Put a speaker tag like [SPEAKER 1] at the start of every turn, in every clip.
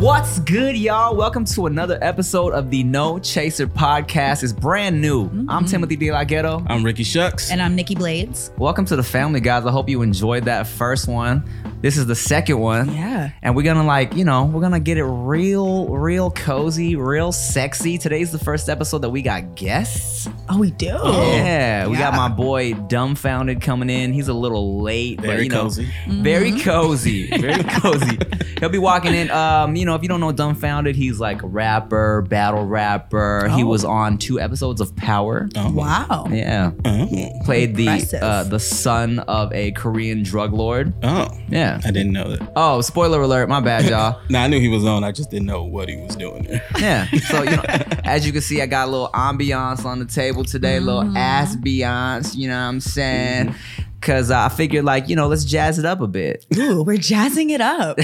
[SPEAKER 1] What's good, y'all? Welcome to another episode of the No Chaser podcast. It's brand new.
[SPEAKER 2] Mm-hmm.
[SPEAKER 1] I'm Timothy De La Ghetto.
[SPEAKER 3] I'm Ricky Shucks.
[SPEAKER 2] And I'm Nikki Blades.
[SPEAKER 1] Welcome to the family, guys. I hope you enjoyed that first one. This is the second one.
[SPEAKER 2] Yeah.
[SPEAKER 1] And we're gonna like, you know, we're gonna get it real, real cozy, real sexy. Today's the first episode that we got guests.
[SPEAKER 2] Oh, we do.
[SPEAKER 1] Yeah, we got
[SPEAKER 2] Yeah.
[SPEAKER 1] my boy Dumbfounded coming in. He's a little late, but
[SPEAKER 3] Very
[SPEAKER 1] you know,
[SPEAKER 3] cozy.
[SPEAKER 1] very
[SPEAKER 2] Mm-hmm.
[SPEAKER 1] cozy, very cozy. He'll be walking in. Um, you know, if you don't know Dumbfounded, he's like a rapper, battle rapper. He
[SPEAKER 2] Oh.
[SPEAKER 1] was on two episodes of Power.
[SPEAKER 3] Oh.
[SPEAKER 2] Wow.
[SPEAKER 1] Yeah,
[SPEAKER 3] Oh.
[SPEAKER 1] played the
[SPEAKER 2] Impressive.
[SPEAKER 1] uh, the son of a Korean drug lord.
[SPEAKER 3] Oh.
[SPEAKER 1] Yeah.
[SPEAKER 3] I didn't know that.
[SPEAKER 1] Oh, spoiler alert! My bad, y'all.
[SPEAKER 3] Nah, I knew he was on. I just didn't know what he was doing there.
[SPEAKER 1] Yeah. So you know, as you can see, I got a little ambiance on the table today, a
[SPEAKER 2] Mm-hmm.
[SPEAKER 1] little ass beyonce. You know what I'm saying? Because I figured, like, you know, let's jazz it up a bit.
[SPEAKER 2] Ooh, we're jazzing it up.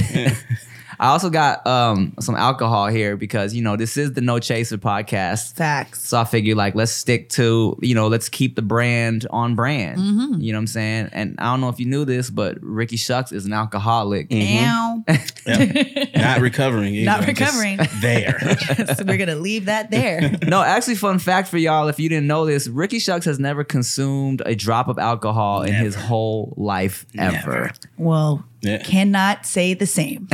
[SPEAKER 1] I also got um some alcohol here because you know this is the No Chaser podcast.
[SPEAKER 2] Facts.
[SPEAKER 1] So I figured like let's stick to you know let's keep the brand on brand.
[SPEAKER 2] Mhm.
[SPEAKER 1] You know what I'm saying? And I don't know if you knew this, but Ricky Shucks is an alcoholic.
[SPEAKER 2] Now
[SPEAKER 1] Mm-hmm.
[SPEAKER 3] Not recovering. either.
[SPEAKER 2] Not
[SPEAKER 3] Just
[SPEAKER 2] recovering.
[SPEAKER 3] there.
[SPEAKER 2] so we're gonna leave that there.
[SPEAKER 1] Mm-hmm. No, actually, fun fact for y'all, if you didn't know this, Ricky Shucks has never consumed a drop of alcohol in his
[SPEAKER 3] Never.
[SPEAKER 1] whole life ever.
[SPEAKER 2] Well,
[SPEAKER 3] Yeah.
[SPEAKER 2] cannot say the same.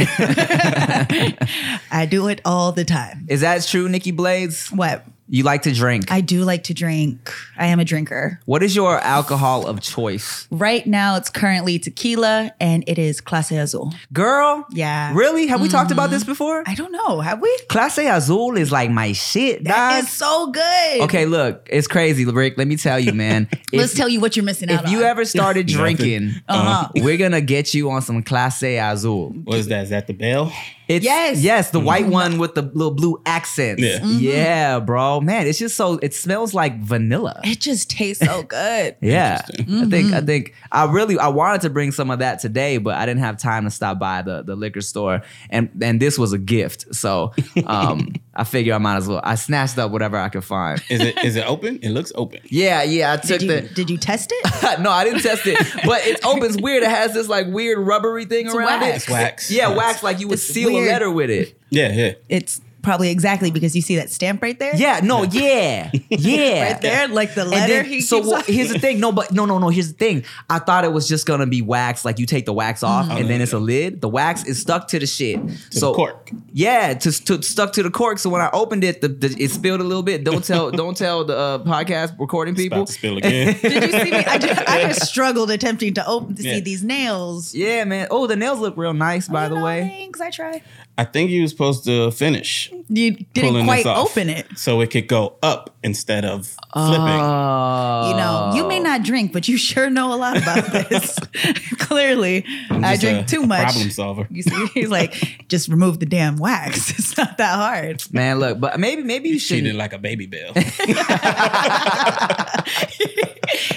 [SPEAKER 2] I do it all the time.
[SPEAKER 1] Is that true, Nikki Blades?
[SPEAKER 2] What?
[SPEAKER 1] You like to drink.
[SPEAKER 2] I do like to drink. I am a drinker.
[SPEAKER 1] what is your alcohol of choice?
[SPEAKER 2] Right now, it's currently tequila and it is Clase Azul.
[SPEAKER 1] Girl,
[SPEAKER 2] Yeah. Mm-hmm.
[SPEAKER 1] really? Have we talked about this before?
[SPEAKER 2] I don't know. Have we?
[SPEAKER 1] Clase Azul is like my shit,
[SPEAKER 2] That
[SPEAKER 1] dog.
[SPEAKER 2] is so good.
[SPEAKER 1] okay, look, it's crazy, Rick. Let me tell you, man.
[SPEAKER 2] Let's
[SPEAKER 1] if
[SPEAKER 2] tell you what you're missing out
[SPEAKER 1] if you
[SPEAKER 2] on.
[SPEAKER 1] ever started
[SPEAKER 3] Nothing.
[SPEAKER 1] drinking,
[SPEAKER 2] Uh-huh.
[SPEAKER 1] we're gonna get you on some Clase Azul.
[SPEAKER 3] What is that? Is that the bell?
[SPEAKER 1] It's,
[SPEAKER 2] Yes. Mm-hmm.
[SPEAKER 1] yes, the white one with the little blue accents.
[SPEAKER 3] Yeah.
[SPEAKER 1] Yeah, bro, man, it's just so it smells like vanilla.
[SPEAKER 2] it just tastes so good.
[SPEAKER 1] Yeah, I think I
[SPEAKER 2] Mm-hmm.
[SPEAKER 1] think I really I wanted to bring some of that today, but I didn't have time to stop by the, the liquor store, and and this was a gift, so um, I figure I might as well. I snatched up whatever I could find.
[SPEAKER 3] Is it is it open? It looks open.
[SPEAKER 1] Yeah, yeah, I took
[SPEAKER 2] Did you,
[SPEAKER 1] the.
[SPEAKER 2] did you test it?
[SPEAKER 1] no, I didn't test it, but it's open. It's weird. It has this like weird rubbery thing around
[SPEAKER 2] wax.
[SPEAKER 1] it.
[SPEAKER 3] It's wax.
[SPEAKER 1] Yeah, wax like you would
[SPEAKER 2] It's
[SPEAKER 1] seal
[SPEAKER 2] weird.
[SPEAKER 1] a letter with it.
[SPEAKER 3] Yeah, yeah.
[SPEAKER 2] It's probably exactly because you see that stamp right there.
[SPEAKER 1] Yeah, no, yeah, yeah.
[SPEAKER 2] right there, like the
[SPEAKER 1] And
[SPEAKER 2] letter.
[SPEAKER 1] then,
[SPEAKER 2] he
[SPEAKER 1] so
[SPEAKER 2] keeps
[SPEAKER 1] well,
[SPEAKER 2] on-
[SPEAKER 1] here's the thing. No, but no, no, no. Here's the thing. I thought it was just gonna be wax. Like you take the wax off, and then it's a lid. The wax is stuck to the shit.
[SPEAKER 3] To
[SPEAKER 1] so
[SPEAKER 3] the cork.
[SPEAKER 1] yeah, to, to stuck to the cork. So when I opened it, the, the, it spilled a little bit. Don't tell, don't tell the uh, podcast recording people.
[SPEAKER 3] About to spill again.
[SPEAKER 2] did you see me? I just, I just struggled attempting to open to
[SPEAKER 3] Yeah.
[SPEAKER 2] see these nails.
[SPEAKER 1] Yeah, man. Oh, the nails look real nice, by
[SPEAKER 2] You
[SPEAKER 1] the
[SPEAKER 2] know,
[SPEAKER 1] way.
[SPEAKER 2] thanks. I try.
[SPEAKER 3] I think he was supposed to finish
[SPEAKER 2] You didn't
[SPEAKER 3] pulling
[SPEAKER 2] quite
[SPEAKER 3] this off
[SPEAKER 2] open it.
[SPEAKER 3] so it could go up instead of flipping.
[SPEAKER 1] Oh.
[SPEAKER 2] You know, you may not drink, but you sure know a lot about this. Clearly,
[SPEAKER 3] I'm
[SPEAKER 2] I
[SPEAKER 3] just
[SPEAKER 2] drink
[SPEAKER 3] a-
[SPEAKER 2] too
[SPEAKER 3] a
[SPEAKER 2] much.
[SPEAKER 3] Problem solver.
[SPEAKER 2] You see, he's like, just remove the damn wax. It's not that hard.
[SPEAKER 1] man. Look, but maybe, maybe you should.
[SPEAKER 3] Treated like a baby bell.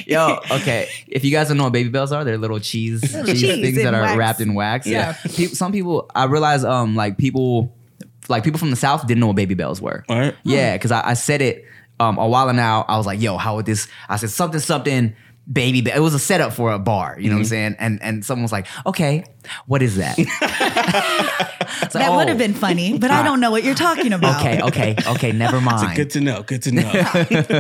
[SPEAKER 1] Yo, okay. If you guys don't know what baby bells are, they're little cheese, cheese,
[SPEAKER 2] cheese
[SPEAKER 1] things that
[SPEAKER 2] in
[SPEAKER 1] are
[SPEAKER 2] wax.
[SPEAKER 1] wrapped in wax.
[SPEAKER 2] Yeah.
[SPEAKER 1] Pe- some people, I realize, um, like people, like people from the south didn't know what baby bells were.
[SPEAKER 3] All right.
[SPEAKER 2] Hmm.
[SPEAKER 1] Yeah, because I, I said it um a while now. I was like, yo, how would this? I said something something. Baby, Bell. it was a setup for a bar. You know what I'm saying? And and someone was like, "Okay, what is that?" So,
[SPEAKER 2] That
[SPEAKER 1] oh,
[SPEAKER 2] would have been funny, but I don't know what you're talking about.
[SPEAKER 1] okay. Okay, okay, never mind.
[SPEAKER 3] Good to know. Good to know.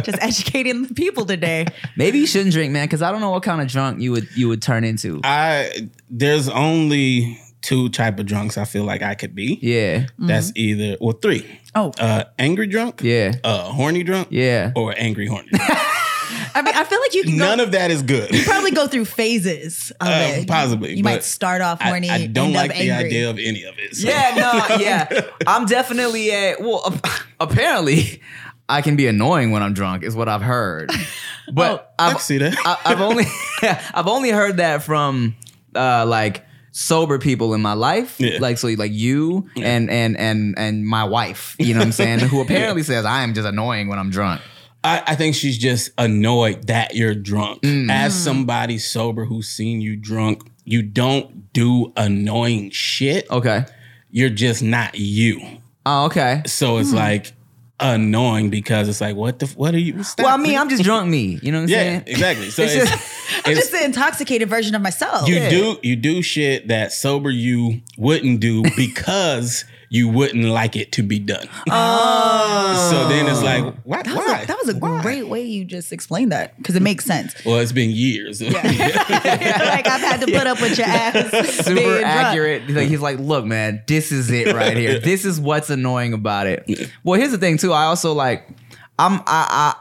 [SPEAKER 2] just educating the people today.
[SPEAKER 1] Maybe you shouldn't drink, man, because I don't know what kind of drunk you would you would turn into.
[SPEAKER 3] I there's only two type of drunks I feel like I could be.
[SPEAKER 1] yeah,
[SPEAKER 3] That's either or three.
[SPEAKER 2] Oh,
[SPEAKER 3] Uh angry drunk,
[SPEAKER 1] yeah,
[SPEAKER 3] uh horny drunk,
[SPEAKER 1] yeah.
[SPEAKER 3] or angry horny. drunk.
[SPEAKER 2] I mean, I feel like you can go,
[SPEAKER 3] None of that is good.
[SPEAKER 2] probably go through phases of
[SPEAKER 3] Um,
[SPEAKER 2] it.
[SPEAKER 3] possibly,
[SPEAKER 2] you might
[SPEAKER 3] but
[SPEAKER 2] start off
[SPEAKER 3] I,
[SPEAKER 2] horny.
[SPEAKER 3] I don't
[SPEAKER 2] end
[SPEAKER 3] like
[SPEAKER 2] up
[SPEAKER 3] the
[SPEAKER 2] angry.
[SPEAKER 3] idea of any of it. so-
[SPEAKER 1] Yeah, no, yeah. I'm definitely at well ap- apparently I can be annoying when I'm drunk is what I've heard. But
[SPEAKER 3] I
[SPEAKER 1] I've,
[SPEAKER 3] can see that.
[SPEAKER 1] I- I've only I've only heard that from uh like sober people in my life.
[SPEAKER 3] Yeah.
[SPEAKER 1] Like so like you and and and and my wife, you know what I'm saying, who apparently says I am just annoying when I'm drunk.
[SPEAKER 3] I, I think she's just annoyed that you're drunk.
[SPEAKER 1] Mm.
[SPEAKER 3] As somebody sober who's seen you drunk, you don't do annoying shit.
[SPEAKER 1] Oh. Okay.
[SPEAKER 3] You're just not you.
[SPEAKER 1] Oh, okay.
[SPEAKER 2] Hmm.
[SPEAKER 3] So it's like annoying because it's like, what the, f- what are you? Stop.
[SPEAKER 1] Well, I mean, I'm just drunk me. You know what I'm
[SPEAKER 3] yeah,
[SPEAKER 1] saying?
[SPEAKER 3] exactly. So
[SPEAKER 1] It's
[SPEAKER 3] it's,
[SPEAKER 2] I'm
[SPEAKER 3] it's-
[SPEAKER 2] just the intoxicated version of myself.
[SPEAKER 3] you
[SPEAKER 1] Yeah.
[SPEAKER 3] do you do shit that sober you wouldn't do because you wouldn't like it to be done.
[SPEAKER 1] Oh.
[SPEAKER 3] So then it's like, why?
[SPEAKER 2] that, was
[SPEAKER 3] why?
[SPEAKER 2] a, that was a
[SPEAKER 3] Why?
[SPEAKER 2] great way you just explained that because it makes sense.
[SPEAKER 3] Well, it's been years.
[SPEAKER 2] like I've had to put up with your ass. being
[SPEAKER 1] super
[SPEAKER 2] drunk.
[SPEAKER 1] accurate. Like, he's like, look, man, this is it right here. This is what's annoying about it. Well, here's the thing too. I also like, I'm I,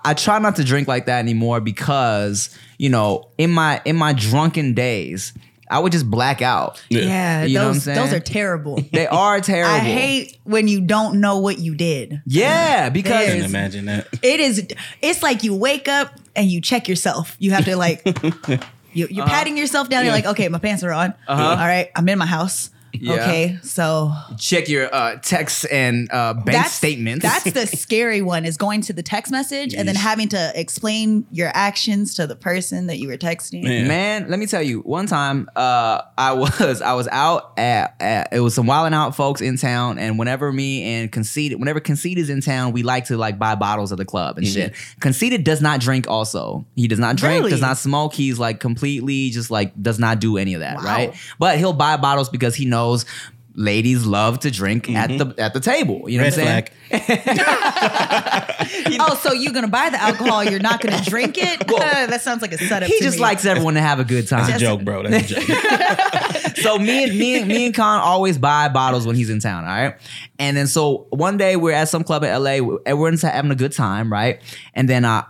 [SPEAKER 1] I I try not to drink like that anymore because you know in my in my drunken days I would just black out.
[SPEAKER 2] Yeah,
[SPEAKER 1] You know what I'm
[SPEAKER 2] those
[SPEAKER 1] saying?
[SPEAKER 2] those are terrible.
[SPEAKER 1] They are terrible.
[SPEAKER 2] I hate when you don't know what you did.
[SPEAKER 1] Yeah,
[SPEAKER 3] I
[SPEAKER 1] because
[SPEAKER 3] can imagine that.
[SPEAKER 2] It is. It's like you wake up and you check yourself. You have to like. You, you're
[SPEAKER 1] Uh-huh.
[SPEAKER 2] patting yourself down. You're like, okay, my pants are on. All right, I'm in my house.
[SPEAKER 1] Yeah.
[SPEAKER 2] Okay, so
[SPEAKER 1] check your uh, texts and uh, bank statements.
[SPEAKER 2] That's the scary one is going to the text message and then
[SPEAKER 3] Yeesh.
[SPEAKER 2] having to explain your actions to the person that you were texting.
[SPEAKER 3] Man. Yeah.
[SPEAKER 1] Man, let me tell you. One time, uh, I was I was out at, at it was some wilding out folks in town, and whenever me and conceited, whenever conceited is in town, we like to like buy bottles at the club and
[SPEAKER 3] Mm-hmm.
[SPEAKER 1] shit. Conceited does not drink. Also, he does not drink,
[SPEAKER 2] Really?
[SPEAKER 1] does not smoke. He's like completely just like does not do any of that,
[SPEAKER 2] Wow.
[SPEAKER 1] right? But he'll buy bottles because he knows. Ladies love to drink at the at the table. You know
[SPEAKER 3] Mm-hmm. Red
[SPEAKER 1] what I'm saying?
[SPEAKER 3] flag.
[SPEAKER 2] Oh, so you're gonna buy the alcohol, you're not gonna drink it? Uh, that sounds like a setup.
[SPEAKER 1] He
[SPEAKER 2] to
[SPEAKER 1] just
[SPEAKER 2] me.
[SPEAKER 1] likes everyone to have a good time.
[SPEAKER 3] That's a joke, bro. That's a joke.
[SPEAKER 1] so me and me and me and Khan always buy bottles when he's in town, all right? And then so one day we're at some club in LA, everyone's having a good time, right? And then I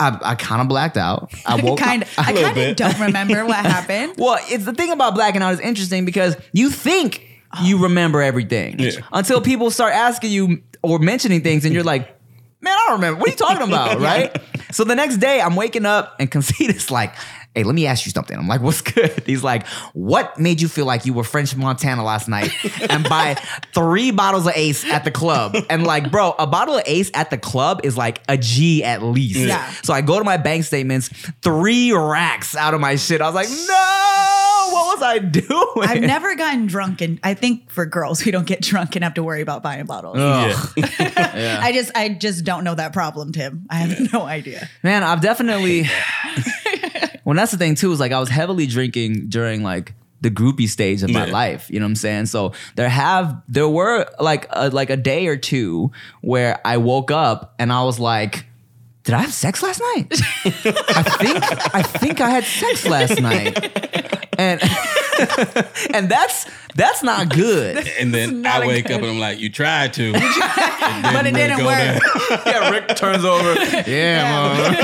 [SPEAKER 1] I, I kind of blacked out. I woke
[SPEAKER 2] kind of. I
[SPEAKER 3] little
[SPEAKER 2] kind of
[SPEAKER 3] bit.
[SPEAKER 2] don't remember what happened.
[SPEAKER 1] Well, it's the thing about blacking out is interesting because you think you remember everything
[SPEAKER 3] Yeah.
[SPEAKER 1] until people start asking you or mentioning things, and you're like, "Man, I don't remember. What are you talking about?" right? So the next day, I'm waking up and Conceita's like. Hey, let me ask you something. I'm like, what's good? He's like, what made you feel like you were French Montana last night and buy three bottles of Ace at the club? And like, bro, a bottle of Ace at the club is like a G at least.
[SPEAKER 2] Yeah.
[SPEAKER 1] So I go to my bank statements, three racks out of my shit. I was like, no, what was I doing?
[SPEAKER 2] I've never gotten drunk, and I think for girls, we don't get drunk and have to worry about buying bottles.
[SPEAKER 1] Oh, Ugh.
[SPEAKER 2] I just, I just don't know that problem, Tim. I have no idea.
[SPEAKER 1] Man, I've definitely. well, that's the thing too. Is like I was heavily drinking during like the groupie stage of my
[SPEAKER 3] Yeah.
[SPEAKER 1] life. You know what I'm saying? So there have there were like a, like a day or two where I woke up and I was like. Did I have sex last night? I think I think I had sex last night, and and that's that's not good.
[SPEAKER 3] And then
[SPEAKER 2] not
[SPEAKER 3] I
[SPEAKER 2] a
[SPEAKER 3] wake up
[SPEAKER 2] good-
[SPEAKER 3] and I'm like, you tried to,
[SPEAKER 2] But it didn't
[SPEAKER 3] go
[SPEAKER 2] work.
[SPEAKER 3] down.
[SPEAKER 1] yeah, Rick turns over. Yeah, mom. Uh.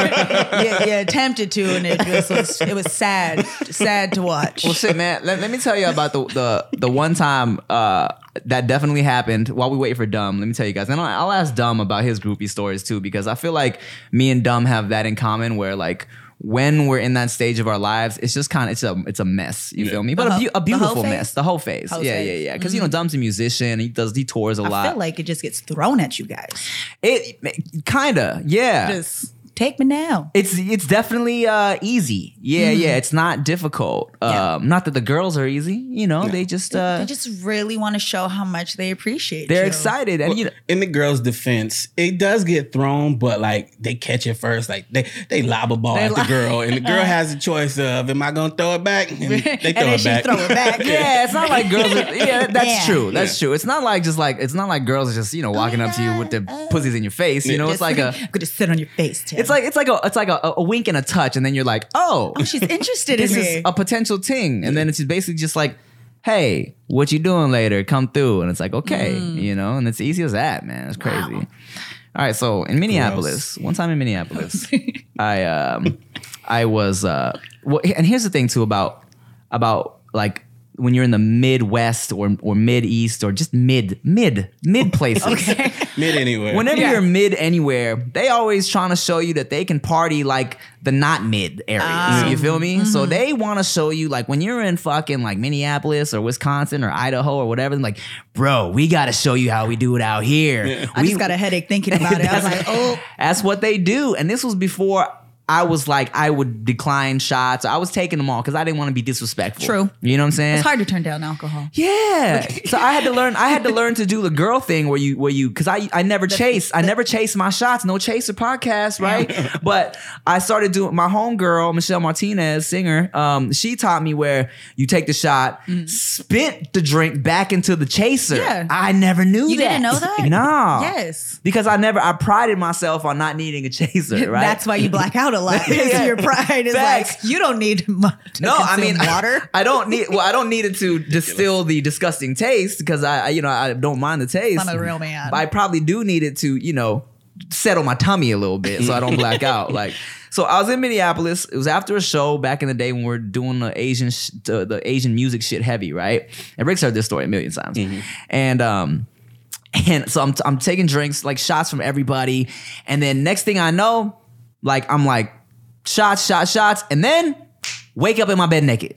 [SPEAKER 2] yeah, yeah, attempted to, and it was, was it was sad, sad to watch.
[SPEAKER 1] Well, Oh, shit, man. Let, let me tell you about the the, the one time uh, that definitely happened while we wait for Dumb. Let me tell you guys, and I'll, I'll ask Dumb about his groupie stories too, because I feel like me and Dumb have that in common, where like when we're in that stage of our lives, it's just kind of it's a it's a mess. You feel me? But
[SPEAKER 2] The
[SPEAKER 1] a,
[SPEAKER 2] whole-
[SPEAKER 1] beau- a
[SPEAKER 2] the whole
[SPEAKER 1] beautiful
[SPEAKER 2] phase?
[SPEAKER 1] mess. The whole phase.
[SPEAKER 2] Whole
[SPEAKER 1] yeah,
[SPEAKER 2] phase. Mm-hmm.
[SPEAKER 1] yeah, yeah. Because you know, Dumb's a musician. He does he tours a lot.
[SPEAKER 2] I feel like it just gets thrown at you guys.
[SPEAKER 1] it kinda yeah.
[SPEAKER 2] Just take me now.
[SPEAKER 1] It's it's definitely uh, easy. Yeah, yeah. It's not difficult.
[SPEAKER 2] Mm-hmm. Yeah.
[SPEAKER 1] Um, not that the girls are easy. You know, they just uh,
[SPEAKER 2] they just really want to show how much they appreciate.
[SPEAKER 1] they're
[SPEAKER 2] you.
[SPEAKER 1] excited and you know,
[SPEAKER 3] in the girls' defense, it does get thrown, but like they catch it first. Like they they lob a ball
[SPEAKER 2] They
[SPEAKER 3] at the
[SPEAKER 2] lob-
[SPEAKER 3] girl, and the girl has a choice of am I gonna throw it back? And they throw
[SPEAKER 2] and then
[SPEAKER 3] it
[SPEAKER 2] she
[SPEAKER 3] back.
[SPEAKER 2] throw it back.
[SPEAKER 1] yeah it's not like girls are, yeah that's
[SPEAKER 2] Yeah.
[SPEAKER 1] true that's true it's not like just like it's not like girls are just you know walking
[SPEAKER 2] my
[SPEAKER 1] up to you with their
[SPEAKER 2] God. Oh.
[SPEAKER 1] pussies in your face you know it's
[SPEAKER 2] Just-
[SPEAKER 1] like a
[SPEAKER 2] I'm gonna sit on your face, Tim.
[SPEAKER 1] it's like it's like a it's like a, a wink and a touch and then you're like oh
[SPEAKER 2] oh, she's interested in
[SPEAKER 1] this
[SPEAKER 2] me.
[SPEAKER 1] is a potential ting and then it's just basically just like hey what you doing later come through and it's like okay
[SPEAKER 2] Mm.
[SPEAKER 1] you know and it's easy as that man it's crazy all right so in minneapolis one time in minneapolis I um I was uh well, and here's the thing too about about like when you're in the Midwest or or Mid East or just mid mid mid places.
[SPEAKER 2] okay.
[SPEAKER 3] Mid anyway.
[SPEAKER 1] Whenever
[SPEAKER 2] Yeah.
[SPEAKER 1] you're mid anywhere, they always trying to show you that they can party like the not mid areas.
[SPEAKER 2] Ah.
[SPEAKER 1] you feel me? So
[SPEAKER 2] Mm-hmm.
[SPEAKER 1] they want to show you like when you're in fucking like Minneapolis or Wisconsin or Idaho or whatever. Like, bro, we got to show you how we do it out here.
[SPEAKER 2] I
[SPEAKER 1] We-
[SPEAKER 2] just got a headache thinking about it. I was like,
[SPEAKER 1] that's-
[SPEAKER 2] oh,
[SPEAKER 1] that's what they do. And this was before I was like, I would decline shots. I was taking them all because I didn't want to be disrespectful.
[SPEAKER 2] True.
[SPEAKER 1] You know what I'm saying?
[SPEAKER 2] It's hard to turn down alcohol.
[SPEAKER 1] Yeah. so I had to learn. I had to learn to do the girl thing where you where you because I I never chase. I never chase my shots. No chaser podcast, right? but I started doing my homegirl Michelle Martinez, singer. Um, she taught me where you take the shot, spit the drink back into the chaser.
[SPEAKER 2] Mm-hmm. Yeah.
[SPEAKER 1] I never knew
[SPEAKER 2] You
[SPEAKER 1] that.
[SPEAKER 2] didn't know that?
[SPEAKER 1] No.
[SPEAKER 2] Yes.
[SPEAKER 1] Because I never I prided myself on not needing a chaser. Right.
[SPEAKER 2] That's why you black out a lot. Because
[SPEAKER 1] Yeah.
[SPEAKER 2] your pride is
[SPEAKER 1] Facts.
[SPEAKER 2] like you don't need much. To
[SPEAKER 1] no, I mean
[SPEAKER 2] water.
[SPEAKER 1] I don't need. Well, I don't need it to distill the disgusting taste because I, I- you know, I don't mind the taste.
[SPEAKER 2] I'm a real man.
[SPEAKER 1] But I probably do need it to, you know, settle my tummy a little bit so I don't black out. Like, so I was in Minneapolis. It was after a show back in the day when we were doing the Asian, sh- the, the Asian music shit heavy, right? And Rick's heard this story a million times, and um. And so I'm, I'm taking drinks, like shots from everybody. And then next thing I know, like I'm like shots, shots, shots. And then wake up in my bed naked.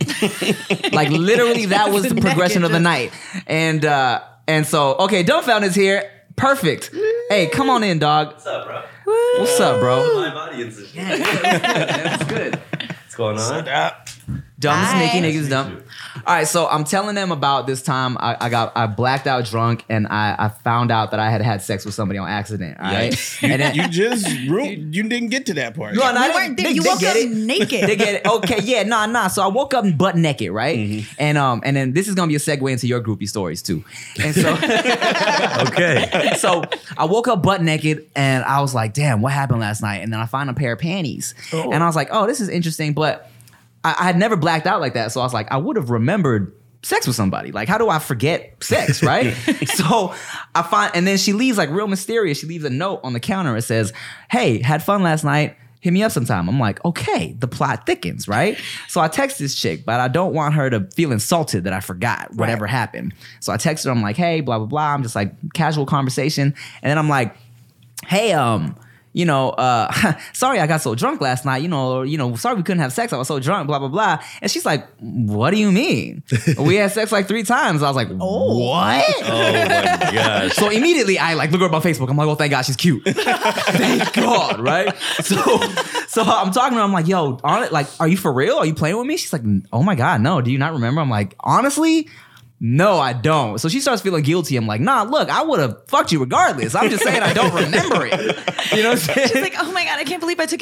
[SPEAKER 1] like literally that was the
[SPEAKER 2] Naked,
[SPEAKER 1] progression of the
[SPEAKER 2] just-
[SPEAKER 1] night. And uh and so okay, Dumbfound is here. Perfect. Hey, come on in, dog.
[SPEAKER 4] What's up, bro?
[SPEAKER 1] What's up, bro?
[SPEAKER 4] Live audience and shit.
[SPEAKER 1] That's good.
[SPEAKER 4] What's going on?
[SPEAKER 1] Dumb,
[SPEAKER 2] Hi.
[SPEAKER 1] sneaky
[SPEAKER 4] Nice
[SPEAKER 1] niggas,
[SPEAKER 4] to meet
[SPEAKER 1] dumb.
[SPEAKER 4] you.
[SPEAKER 1] All right, so I'm telling them about this time I, I got I blacked out drunk and I, I found out that I had had sex with somebody on accident. All right,
[SPEAKER 3] You,
[SPEAKER 1] and then,
[SPEAKER 3] you just ruined, you didn't get to that part.
[SPEAKER 1] No, no, I
[SPEAKER 2] you
[SPEAKER 1] didn't-
[SPEAKER 2] weren't there.
[SPEAKER 1] they-
[SPEAKER 2] You
[SPEAKER 1] they
[SPEAKER 2] woke
[SPEAKER 1] get
[SPEAKER 2] up
[SPEAKER 1] it.
[SPEAKER 2] naked.
[SPEAKER 1] they get it. Okay, yeah, nah, nah. So I woke up butt naked, right? And um, and then this is gonna be a segue into your groupie stories too. And so,
[SPEAKER 4] Okay.
[SPEAKER 1] so I woke up butt naked and I was like, damn, what happened last night? And then I found a pair of panties, and I was like, oh, this is interesting. But I, I had never blacked out like that, so I was like, I would have remembered sex with somebody. Like, how do I forget sex, right? so I find, and then she leaves like real mysterious. She leaves a note on the counter. It says, hey, had fun last night hit me up sometime. I'm like, okay, the plot thickens, right? So I text this chick, but I don't want her to feel insulted that I forgot whatever happened. So I text her, I'm like, hey, blah, blah, blah. I'm just like casual conversation. And then I'm like, hey, um, you know, uh, sorry I got so drunk last night. You know, or, you know, sorry we couldn't have sex. I was so drunk, blah blah blah. And she's like, "What do you mean? we had sex like three times." I was like,
[SPEAKER 2] Oh.
[SPEAKER 1] "What?"
[SPEAKER 4] Oh my gosh.
[SPEAKER 1] Uh, So immediately I like look her up on Facebook. I'm like, oh, thank God she's cute. thank God, right? So so I'm talking to her. I'm like, yo, on it, like, are you for real? Are you playing with me? She's like, oh my God, no. Do you not remember? I'm like, honestly. No, I don't. So she starts feeling guilty. I'm like, nah, look, I would have fucked you regardless. I'm just saying I don't remember it. You know what I'm saying?
[SPEAKER 2] She's like, oh my god, I can't believe I took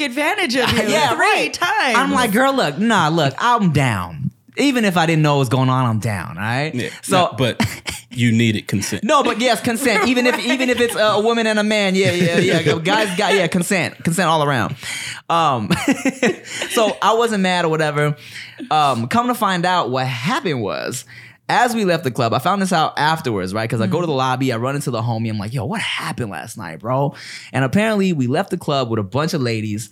[SPEAKER 2] advantage of you.
[SPEAKER 1] yeah,
[SPEAKER 2] three
[SPEAKER 1] right.
[SPEAKER 2] times.
[SPEAKER 1] I'm like, girl, look, nah, look, I'm down. Even if I didn't know what was going on, I'm down. All right.
[SPEAKER 3] Yeah,
[SPEAKER 1] so,
[SPEAKER 3] no, but you needed consent.
[SPEAKER 1] No, but yes, consent. Even if even if it's uh, a woman and a man, yeah, yeah, yeah. Guys, got yeah, consent, consent all around. Um, so I wasn't mad or whatever. Um, come to find out, what happened was. As we left the club, I found this out afterwards, right? Because I go to the lobby, I run into the homie, I'm like, yo, what happened last night, bro? And apparently, we left the club with a bunch of ladies,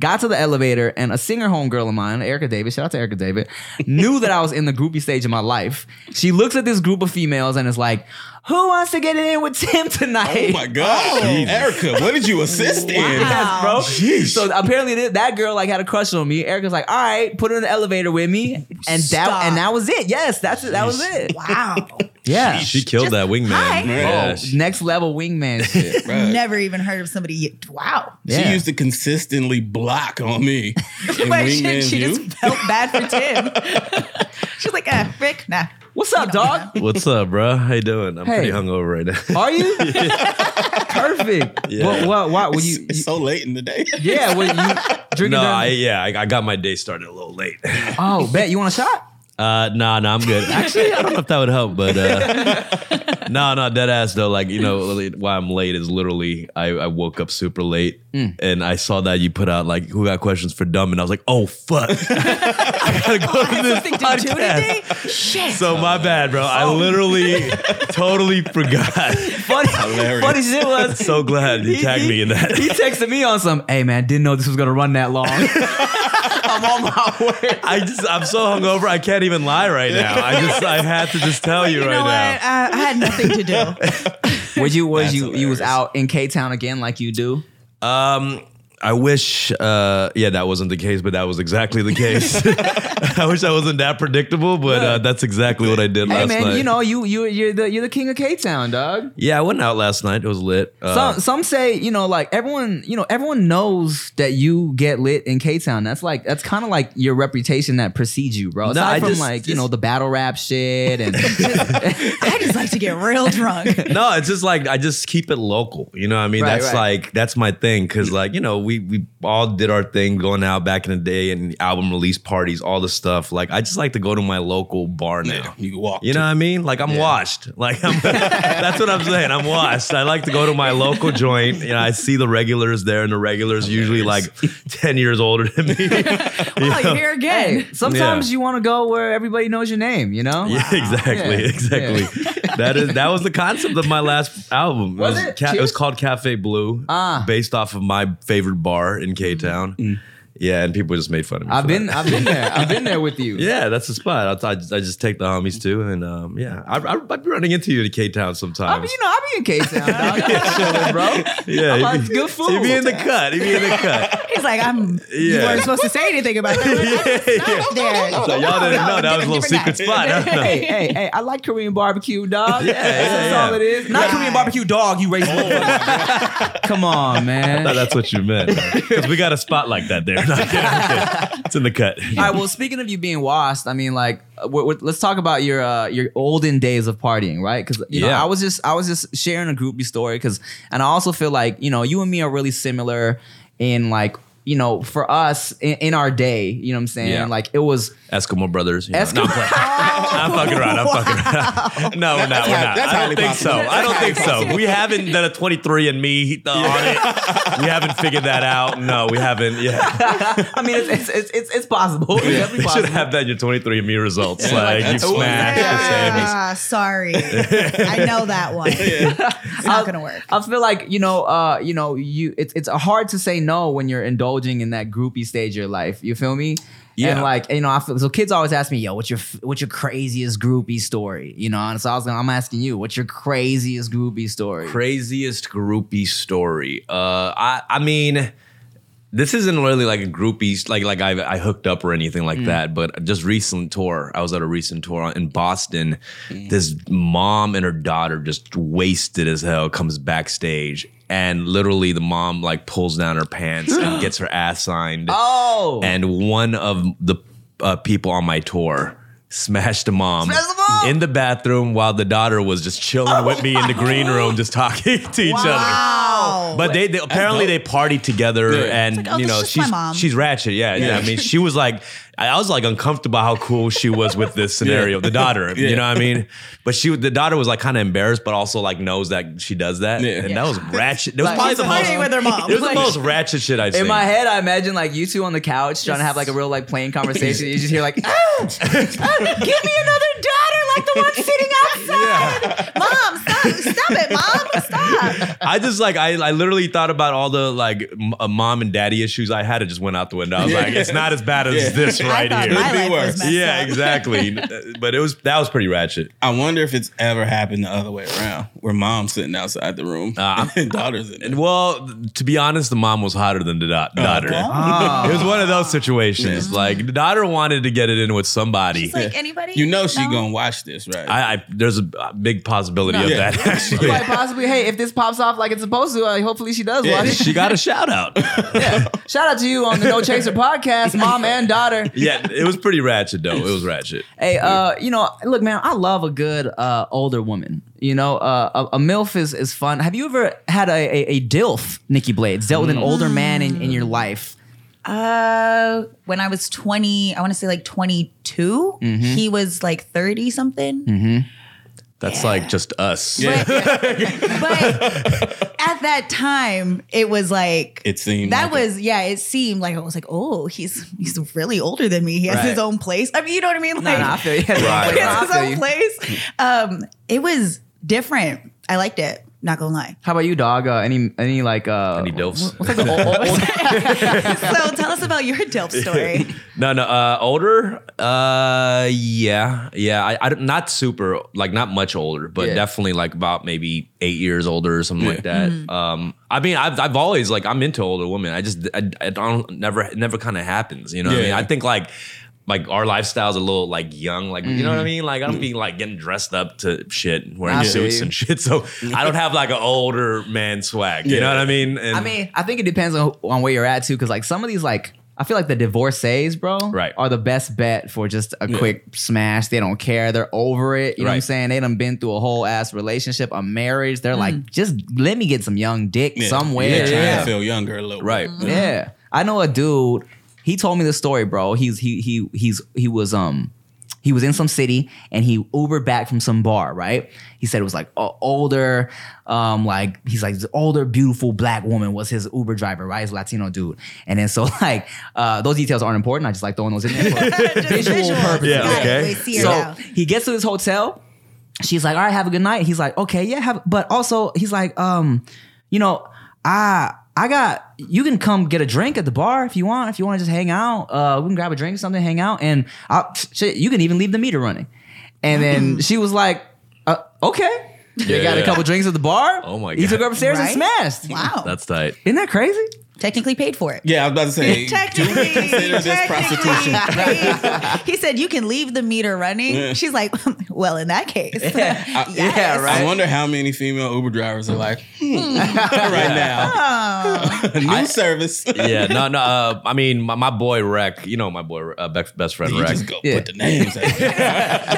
[SPEAKER 1] got to the elevator, and a singer homegirl of mine, Erica David, shout out to Erica David, knew that I was in the groupie stage of my life. She looks at this group of females and is like, who wants to get it in with Tim tonight?
[SPEAKER 3] Oh my God, Erica, what did you assist in?
[SPEAKER 1] Yes, bro.
[SPEAKER 3] Jeez.
[SPEAKER 1] So apparently th- that girl like had a crush on me. Erica's like, all right, put her in the elevator with me, and
[SPEAKER 2] Stop.
[SPEAKER 1] that and that was it. Yes, that's it. That was it.
[SPEAKER 2] wow,
[SPEAKER 1] Yeah.
[SPEAKER 4] She killed
[SPEAKER 2] Just-
[SPEAKER 4] that wingman.
[SPEAKER 2] Hi.
[SPEAKER 4] Yeah,
[SPEAKER 1] Oh,
[SPEAKER 4] she-
[SPEAKER 1] next level wingman shit.
[SPEAKER 3] Bruh.
[SPEAKER 2] never even heard of somebody. Yet. Wow.
[SPEAKER 1] Yeah.
[SPEAKER 3] She used to consistently block on me. And
[SPEAKER 2] But she,
[SPEAKER 3] wingman
[SPEAKER 2] she
[SPEAKER 3] you?
[SPEAKER 2] just felt bad for Tim. She's like, ah, Rick, nah.
[SPEAKER 1] What's up, dog?
[SPEAKER 4] What's up, bro? How you doing? I'm
[SPEAKER 1] Hey.
[SPEAKER 4] pretty hungover right now.
[SPEAKER 1] Are you perfect?
[SPEAKER 4] Yeah.
[SPEAKER 1] What? What? What? Were you?
[SPEAKER 3] It's
[SPEAKER 1] you-
[SPEAKER 3] so late in the day.
[SPEAKER 1] yeah. Were you drinking?
[SPEAKER 4] no,
[SPEAKER 1] during-
[SPEAKER 4] I yeah, I, I got my day started a little late.
[SPEAKER 1] oh, bet you want a shot.
[SPEAKER 4] Uh, nah, nah, I'm good. Actually, I don't know if that would help, but uh, no, no, dead ass though. Like you know, really, why I'm late is literally I, I woke up super late and I saw that you put out like who got questions for dumb, and I was like, oh fuck, I gotta go to this
[SPEAKER 2] Something to do
[SPEAKER 4] podcast. Oh.
[SPEAKER 2] today? Shit.
[SPEAKER 4] So my bad, bro. I literally totally forgot.
[SPEAKER 1] Funny,
[SPEAKER 3] Hilarious.
[SPEAKER 1] funny shit was
[SPEAKER 4] So glad you tagged me in that.
[SPEAKER 1] He texted me on some. Hey man, didn't know this was gonna run that long. I'm on my way.
[SPEAKER 4] I just I'm so hungover. I can't even lie right now. I just I had to just tell you,
[SPEAKER 2] you
[SPEAKER 4] right
[SPEAKER 2] know what? Uh,
[SPEAKER 4] now.
[SPEAKER 2] I, I had nothing to do.
[SPEAKER 1] Were you was
[SPEAKER 3] That's
[SPEAKER 1] you you was
[SPEAKER 3] hilarious.
[SPEAKER 1] out in K Town again like you do?
[SPEAKER 4] Um, I wish, uh, yeah, that wasn't the case, but that was exactly the case. I wish I wasn't that predictable, but uh, that's exactly what I did
[SPEAKER 1] Hey
[SPEAKER 4] last
[SPEAKER 1] man,
[SPEAKER 4] night.
[SPEAKER 1] you know you you you're the you're the king of K Town, dog.
[SPEAKER 4] yeah, I went out last night. It was lit. Uh,
[SPEAKER 1] some some say you know like everyone you know everyone knows that you get lit in K Town. That's like that's kind of like your reputation that precedes you, bro. Aside
[SPEAKER 4] I
[SPEAKER 1] from
[SPEAKER 4] just-
[SPEAKER 1] like you
[SPEAKER 4] just-
[SPEAKER 1] know the battle rap shit and
[SPEAKER 2] I just like to get real drunk.
[SPEAKER 4] no, it's just like I just keep it local. You know what I mean?
[SPEAKER 1] Right,
[SPEAKER 4] that's
[SPEAKER 1] right.
[SPEAKER 4] like that's my thing cuz like, you know, we we all did our thing going out back in the day and album release parties, all the stuff. Like I just like to go to my local bar now.
[SPEAKER 3] Yeah, you can walk.
[SPEAKER 4] You know what I mean? Like I'm washed. Like I'm, that's what I'm saying. I'm washed. I like to go to my local joint. You know, I see the regulars there, and the regulars
[SPEAKER 1] Oh,
[SPEAKER 4] usually like ten years older than me.
[SPEAKER 2] Oh, you're here again.
[SPEAKER 1] hey, sometimes
[SPEAKER 4] Yeah.
[SPEAKER 1] you want to go where everybody knows your name. You know,
[SPEAKER 4] Yeah, exactly,
[SPEAKER 1] Yeah.
[SPEAKER 4] exactly. That is that was the concept of my last album.
[SPEAKER 1] Was
[SPEAKER 4] was
[SPEAKER 1] it?
[SPEAKER 4] ca- it
[SPEAKER 1] Cheers?
[SPEAKER 4] was called Cafe Blue,
[SPEAKER 1] Ah. Mm-hmm. Mm.
[SPEAKER 4] based off of my favorite bar in K Town. Yeah, and people just made fun of me.
[SPEAKER 1] I've
[SPEAKER 4] for
[SPEAKER 1] been
[SPEAKER 4] that.
[SPEAKER 1] I've been there. I've been there with you.
[SPEAKER 4] Yeah, that's the spot. I, I, just, I just take the homies too, and um, yeah, I, I, I'd be running into you in K Town sometimes.
[SPEAKER 1] I mean, you know, I be in K Town, dog. I'm chilling, bro.
[SPEAKER 4] Yeah,
[SPEAKER 1] I'm
[SPEAKER 4] he'd
[SPEAKER 1] like,
[SPEAKER 4] be-
[SPEAKER 1] Oh, good food.
[SPEAKER 4] He'd be in the cut. He'd be in the cut.
[SPEAKER 2] He's like, I'm. You
[SPEAKER 4] Yeah.
[SPEAKER 2] weren't supposed to say anything about that.
[SPEAKER 4] yeah, yeah.
[SPEAKER 2] There.
[SPEAKER 4] So y'all didn't know that was a little secret
[SPEAKER 2] Different
[SPEAKER 4] spot. huh?
[SPEAKER 1] hey, hey, hey, I like Korean barbecue, dog.
[SPEAKER 4] Yeah, yeah,
[SPEAKER 1] that's
[SPEAKER 4] yeah.
[SPEAKER 1] all it is. Not
[SPEAKER 2] Yeah.
[SPEAKER 1] Korean barbecue, dog. You raised
[SPEAKER 3] Oh,
[SPEAKER 1] Come on, man.
[SPEAKER 4] No, that's what you meant. Because we got a spot like that there. No, I'm kidding, I'm kidding. It's in the cut.
[SPEAKER 1] All right. Well, speaking of you being washed, I mean, like, uh, we're, we're- let's talk about your uh, your olden days of partying, right? Because you know,
[SPEAKER 4] Yeah.
[SPEAKER 1] I was just I was just sharing a groupie story, because and I also feel like you know you and me are really similar in like you know for us in, in our day, you know what I'm saying?
[SPEAKER 4] Yeah.
[SPEAKER 1] Like it was
[SPEAKER 4] Eskimo Brothers. You know. No, I'm,
[SPEAKER 1] Eskimo-
[SPEAKER 4] playing. I'm fucking around. I'm fucking around. No, we're not. We're
[SPEAKER 3] how-
[SPEAKER 4] not.
[SPEAKER 3] that's
[SPEAKER 4] I
[SPEAKER 3] highly
[SPEAKER 4] don't think so.
[SPEAKER 3] possible.
[SPEAKER 4] I don't think so. We haven't done a 23 and me uh, on it. We haven't figured that out. No, we haven't. Yeah.
[SPEAKER 1] I mean, it's it's it's, it's, it's possible. It's definitely
[SPEAKER 4] You should
[SPEAKER 1] possible.
[SPEAKER 4] have that in your 23 and me results.
[SPEAKER 3] Yeah,
[SPEAKER 4] like,
[SPEAKER 3] like,
[SPEAKER 4] you
[SPEAKER 3] that's what-
[SPEAKER 4] smashed the same.
[SPEAKER 2] Ah, sorry. I know that one. It's not gonna work.
[SPEAKER 1] I feel like you know, uh, you know, you it's it's hard to say no when you're indulging in that groupie stage of your life. You feel me? And
[SPEAKER 4] Yeah.
[SPEAKER 1] like you know, I feel so. Kids always ask me, "Yo, what's your f- what's your craziest groupie story?" You know, and so I was gonna, I'm asking you, what's your craziest groupie story?
[SPEAKER 4] craziest groupie story. Uh, I I mean, this isn't really like a groupie like like I I hooked up or anything like that. But just recent tour, I was at a recent tour in Boston. This mom and her daughter just wasted as hell comes backstage. And literally, the mom like pulls down her pants and gets her ass signed
[SPEAKER 1] oh,
[SPEAKER 4] and one of the uh, people on my tour smashed the mom
[SPEAKER 1] Smashed the mom?
[SPEAKER 4] in the bathroom while the daughter was just chilling with me in the green
[SPEAKER 1] Oh!
[SPEAKER 4] room, just talking to each other.
[SPEAKER 2] Wow.
[SPEAKER 4] But they, they apparently they partied together,
[SPEAKER 3] Yeah.
[SPEAKER 4] and
[SPEAKER 2] It's like, oh,
[SPEAKER 4] you
[SPEAKER 2] this
[SPEAKER 4] know
[SPEAKER 2] is just my
[SPEAKER 4] she's
[SPEAKER 2] mom.
[SPEAKER 4] she's ratchet, yeah, yeah. I mean, she was like, I I was like uncomfortable how cool she was with this scenario. The daughter, you
[SPEAKER 3] Yeah.
[SPEAKER 4] know what I mean? But she, the daughter was like kind of embarrassed, but also like knows that she does that,
[SPEAKER 3] Yeah.
[SPEAKER 4] and
[SPEAKER 3] Yeah.
[SPEAKER 4] that was ratchet. That was
[SPEAKER 1] Like,
[SPEAKER 4] probably
[SPEAKER 1] she's
[SPEAKER 4] the
[SPEAKER 2] flirting
[SPEAKER 4] most,
[SPEAKER 2] with her mom.
[SPEAKER 4] it was the
[SPEAKER 2] Like-
[SPEAKER 4] most ratchet shit I've seen.
[SPEAKER 1] in my head, I imagine like you two on the couch trying to have like a real like plain conversation. you just hear like, "Ah,
[SPEAKER 2] Uh, give me another daughter like the one sitting outside. Mom, stop, stop it, mom, stop.
[SPEAKER 4] I just like I, I literally thought about all the like m- uh, mom and daddy issues I had. It just went out the window. I was like, it's not as bad as
[SPEAKER 3] Yeah.
[SPEAKER 4] this right
[SPEAKER 2] I thought
[SPEAKER 4] here.
[SPEAKER 2] my
[SPEAKER 3] It'd be
[SPEAKER 2] life
[SPEAKER 3] worse.
[SPEAKER 2] was messed
[SPEAKER 4] yeah,
[SPEAKER 2] up.
[SPEAKER 4] exactly. but it was that was pretty ratchet.
[SPEAKER 3] I wonder if it's ever happened the other way around, where mom's sitting outside the room
[SPEAKER 4] Ah.
[SPEAKER 3] and daughter's in
[SPEAKER 4] And
[SPEAKER 3] there.
[SPEAKER 4] well, to be honest, the mom was hotter than the da- daughter.
[SPEAKER 1] oh.
[SPEAKER 4] It was one of those situations. Like the daughter wanted to get it in with somebody.
[SPEAKER 2] It's like anybody.
[SPEAKER 3] You know she
[SPEAKER 2] No?
[SPEAKER 3] gonna watch this, right?
[SPEAKER 4] I, I there's a uh, big possibility
[SPEAKER 2] No.
[SPEAKER 4] of
[SPEAKER 3] Yeah.
[SPEAKER 4] that actually.
[SPEAKER 1] Like possibly, hey, if this pops off like it's supposed to, like, hopefully she does watch it.
[SPEAKER 4] she got a shout out.
[SPEAKER 1] Shout out to you on the No Chaser podcast, mom and daughter.
[SPEAKER 4] yeah, it was pretty ratchet though. It was ratchet.
[SPEAKER 1] Hey, uh, you know, look, man, I love a good uh, older woman. You know, uh, a, a milf is is fun. Have you ever had a a, a dilf, Nikki Blades, dealt with an older man in, in your life?
[SPEAKER 2] Uh, when I was 20, I want to say like 22,
[SPEAKER 3] Mm-hmm.
[SPEAKER 2] he was like 30 something.
[SPEAKER 4] That's like just us.
[SPEAKER 3] Yeah.
[SPEAKER 2] But at that time, it was like
[SPEAKER 3] it seemed
[SPEAKER 2] that
[SPEAKER 3] like it.
[SPEAKER 2] was yeah. It seemed like I was like, oh, he's he's really older than me. He has
[SPEAKER 1] Right.
[SPEAKER 2] his own place. I mean, you know what I mean? Like,
[SPEAKER 1] No, no, I feel you.
[SPEAKER 2] he has
[SPEAKER 4] Right.
[SPEAKER 1] I
[SPEAKER 2] his
[SPEAKER 1] feel
[SPEAKER 2] own
[SPEAKER 1] you.
[SPEAKER 2] place. Um, it was different. I liked it. Not gonna lie.
[SPEAKER 1] How about you, dog? Uh, any any like uh
[SPEAKER 4] Any dopes?
[SPEAKER 1] What's like the old,
[SPEAKER 2] So tell us about your Delp story.
[SPEAKER 4] No, no. Uh, older? Uh, yeah, yeah. I, I don't- not super, like not much older, but
[SPEAKER 1] Yeah.
[SPEAKER 4] definitely like about maybe eight years older or something like that.
[SPEAKER 1] Mm-hmm.
[SPEAKER 4] Um, I mean, I've I've always like I'm into older women. I just I, I don't never it never kind of happens. You know what I
[SPEAKER 3] Yeah.
[SPEAKER 4] mean? I think like. Like our lifestyle's a little like young, like you know what I mean. Like I don't be like getting dressed up to shit, wearing
[SPEAKER 1] Mm-hmm. I feel
[SPEAKER 4] suits
[SPEAKER 1] you.
[SPEAKER 4] and shit. So I don't have like an older man swag. You
[SPEAKER 3] Yeah.
[SPEAKER 4] know what I mean? And,
[SPEAKER 1] I mean, I think it depends on on where you're at too, because like some of these like. I feel like the divorcees, bro,
[SPEAKER 4] Right.
[SPEAKER 1] are the best bet for just a quick smash. They don't care. They're over it. You know what I'm
[SPEAKER 4] Right.
[SPEAKER 1] saying? They done been through a whole ass relationship, a marriage. They're like, just let me get some young dick
[SPEAKER 3] Yeah.
[SPEAKER 1] somewhere.
[SPEAKER 3] Yeah, trying
[SPEAKER 1] Yeah.
[SPEAKER 3] to feel younger a little.
[SPEAKER 4] right?
[SPEAKER 1] Mm-hmm. Yeah. I know a dude. He told me the story, bro. He's he he he's he was um he was in some city and he Ubered back from some bar, right? He said it was like a older, um, like he's like this older, beautiful black woman was his Uber driver, right? His Latino dude. And then so like uh those details aren't important. I just like throwing those in there for
[SPEAKER 2] Just
[SPEAKER 1] visual purpose.
[SPEAKER 4] Yeah,
[SPEAKER 2] Got it.
[SPEAKER 4] okay.
[SPEAKER 2] We see her
[SPEAKER 1] So
[SPEAKER 2] now.
[SPEAKER 1] he gets to his hotel. She's like, "All right, have a good night." He's like, "Okay, yeah, have." But also, he's like, "Um, you know, I I got you can come get a drink at the bar if you want. If you want to just hang out, uh, we can grab a drink or something, hang out, and I, shit, you can even leave the meter running." And
[SPEAKER 2] Mm-hmm.
[SPEAKER 1] then she was like, uh, "Okay." They got a
[SPEAKER 4] Yeah.
[SPEAKER 1] couple drinks at the bar.
[SPEAKER 4] Oh my
[SPEAKER 1] He
[SPEAKER 4] God.
[SPEAKER 1] took her upstairs
[SPEAKER 2] Right?
[SPEAKER 1] and smashed.
[SPEAKER 2] Wow.
[SPEAKER 4] That's tight.
[SPEAKER 1] Isn't that crazy?
[SPEAKER 2] technically paid for it.
[SPEAKER 3] Yeah, I was about to say. do
[SPEAKER 2] Technically,
[SPEAKER 3] you consider this prostitution?
[SPEAKER 2] prostitution. he said you can leave the meter running.
[SPEAKER 3] Yeah.
[SPEAKER 2] She's like, well, in that case,
[SPEAKER 1] Yeah,
[SPEAKER 2] yes.
[SPEAKER 1] yeah, right.
[SPEAKER 3] I wonder how many female Uber drivers are like hmm, right now.
[SPEAKER 2] Oh,
[SPEAKER 3] A new service.
[SPEAKER 4] yeah, no, no. Uh, I mean, my, my boy Rec, you know my boy, uh, best, best friend
[SPEAKER 3] You
[SPEAKER 4] Rec.
[SPEAKER 3] just go
[SPEAKER 1] Yeah.
[SPEAKER 3] put the names. Out.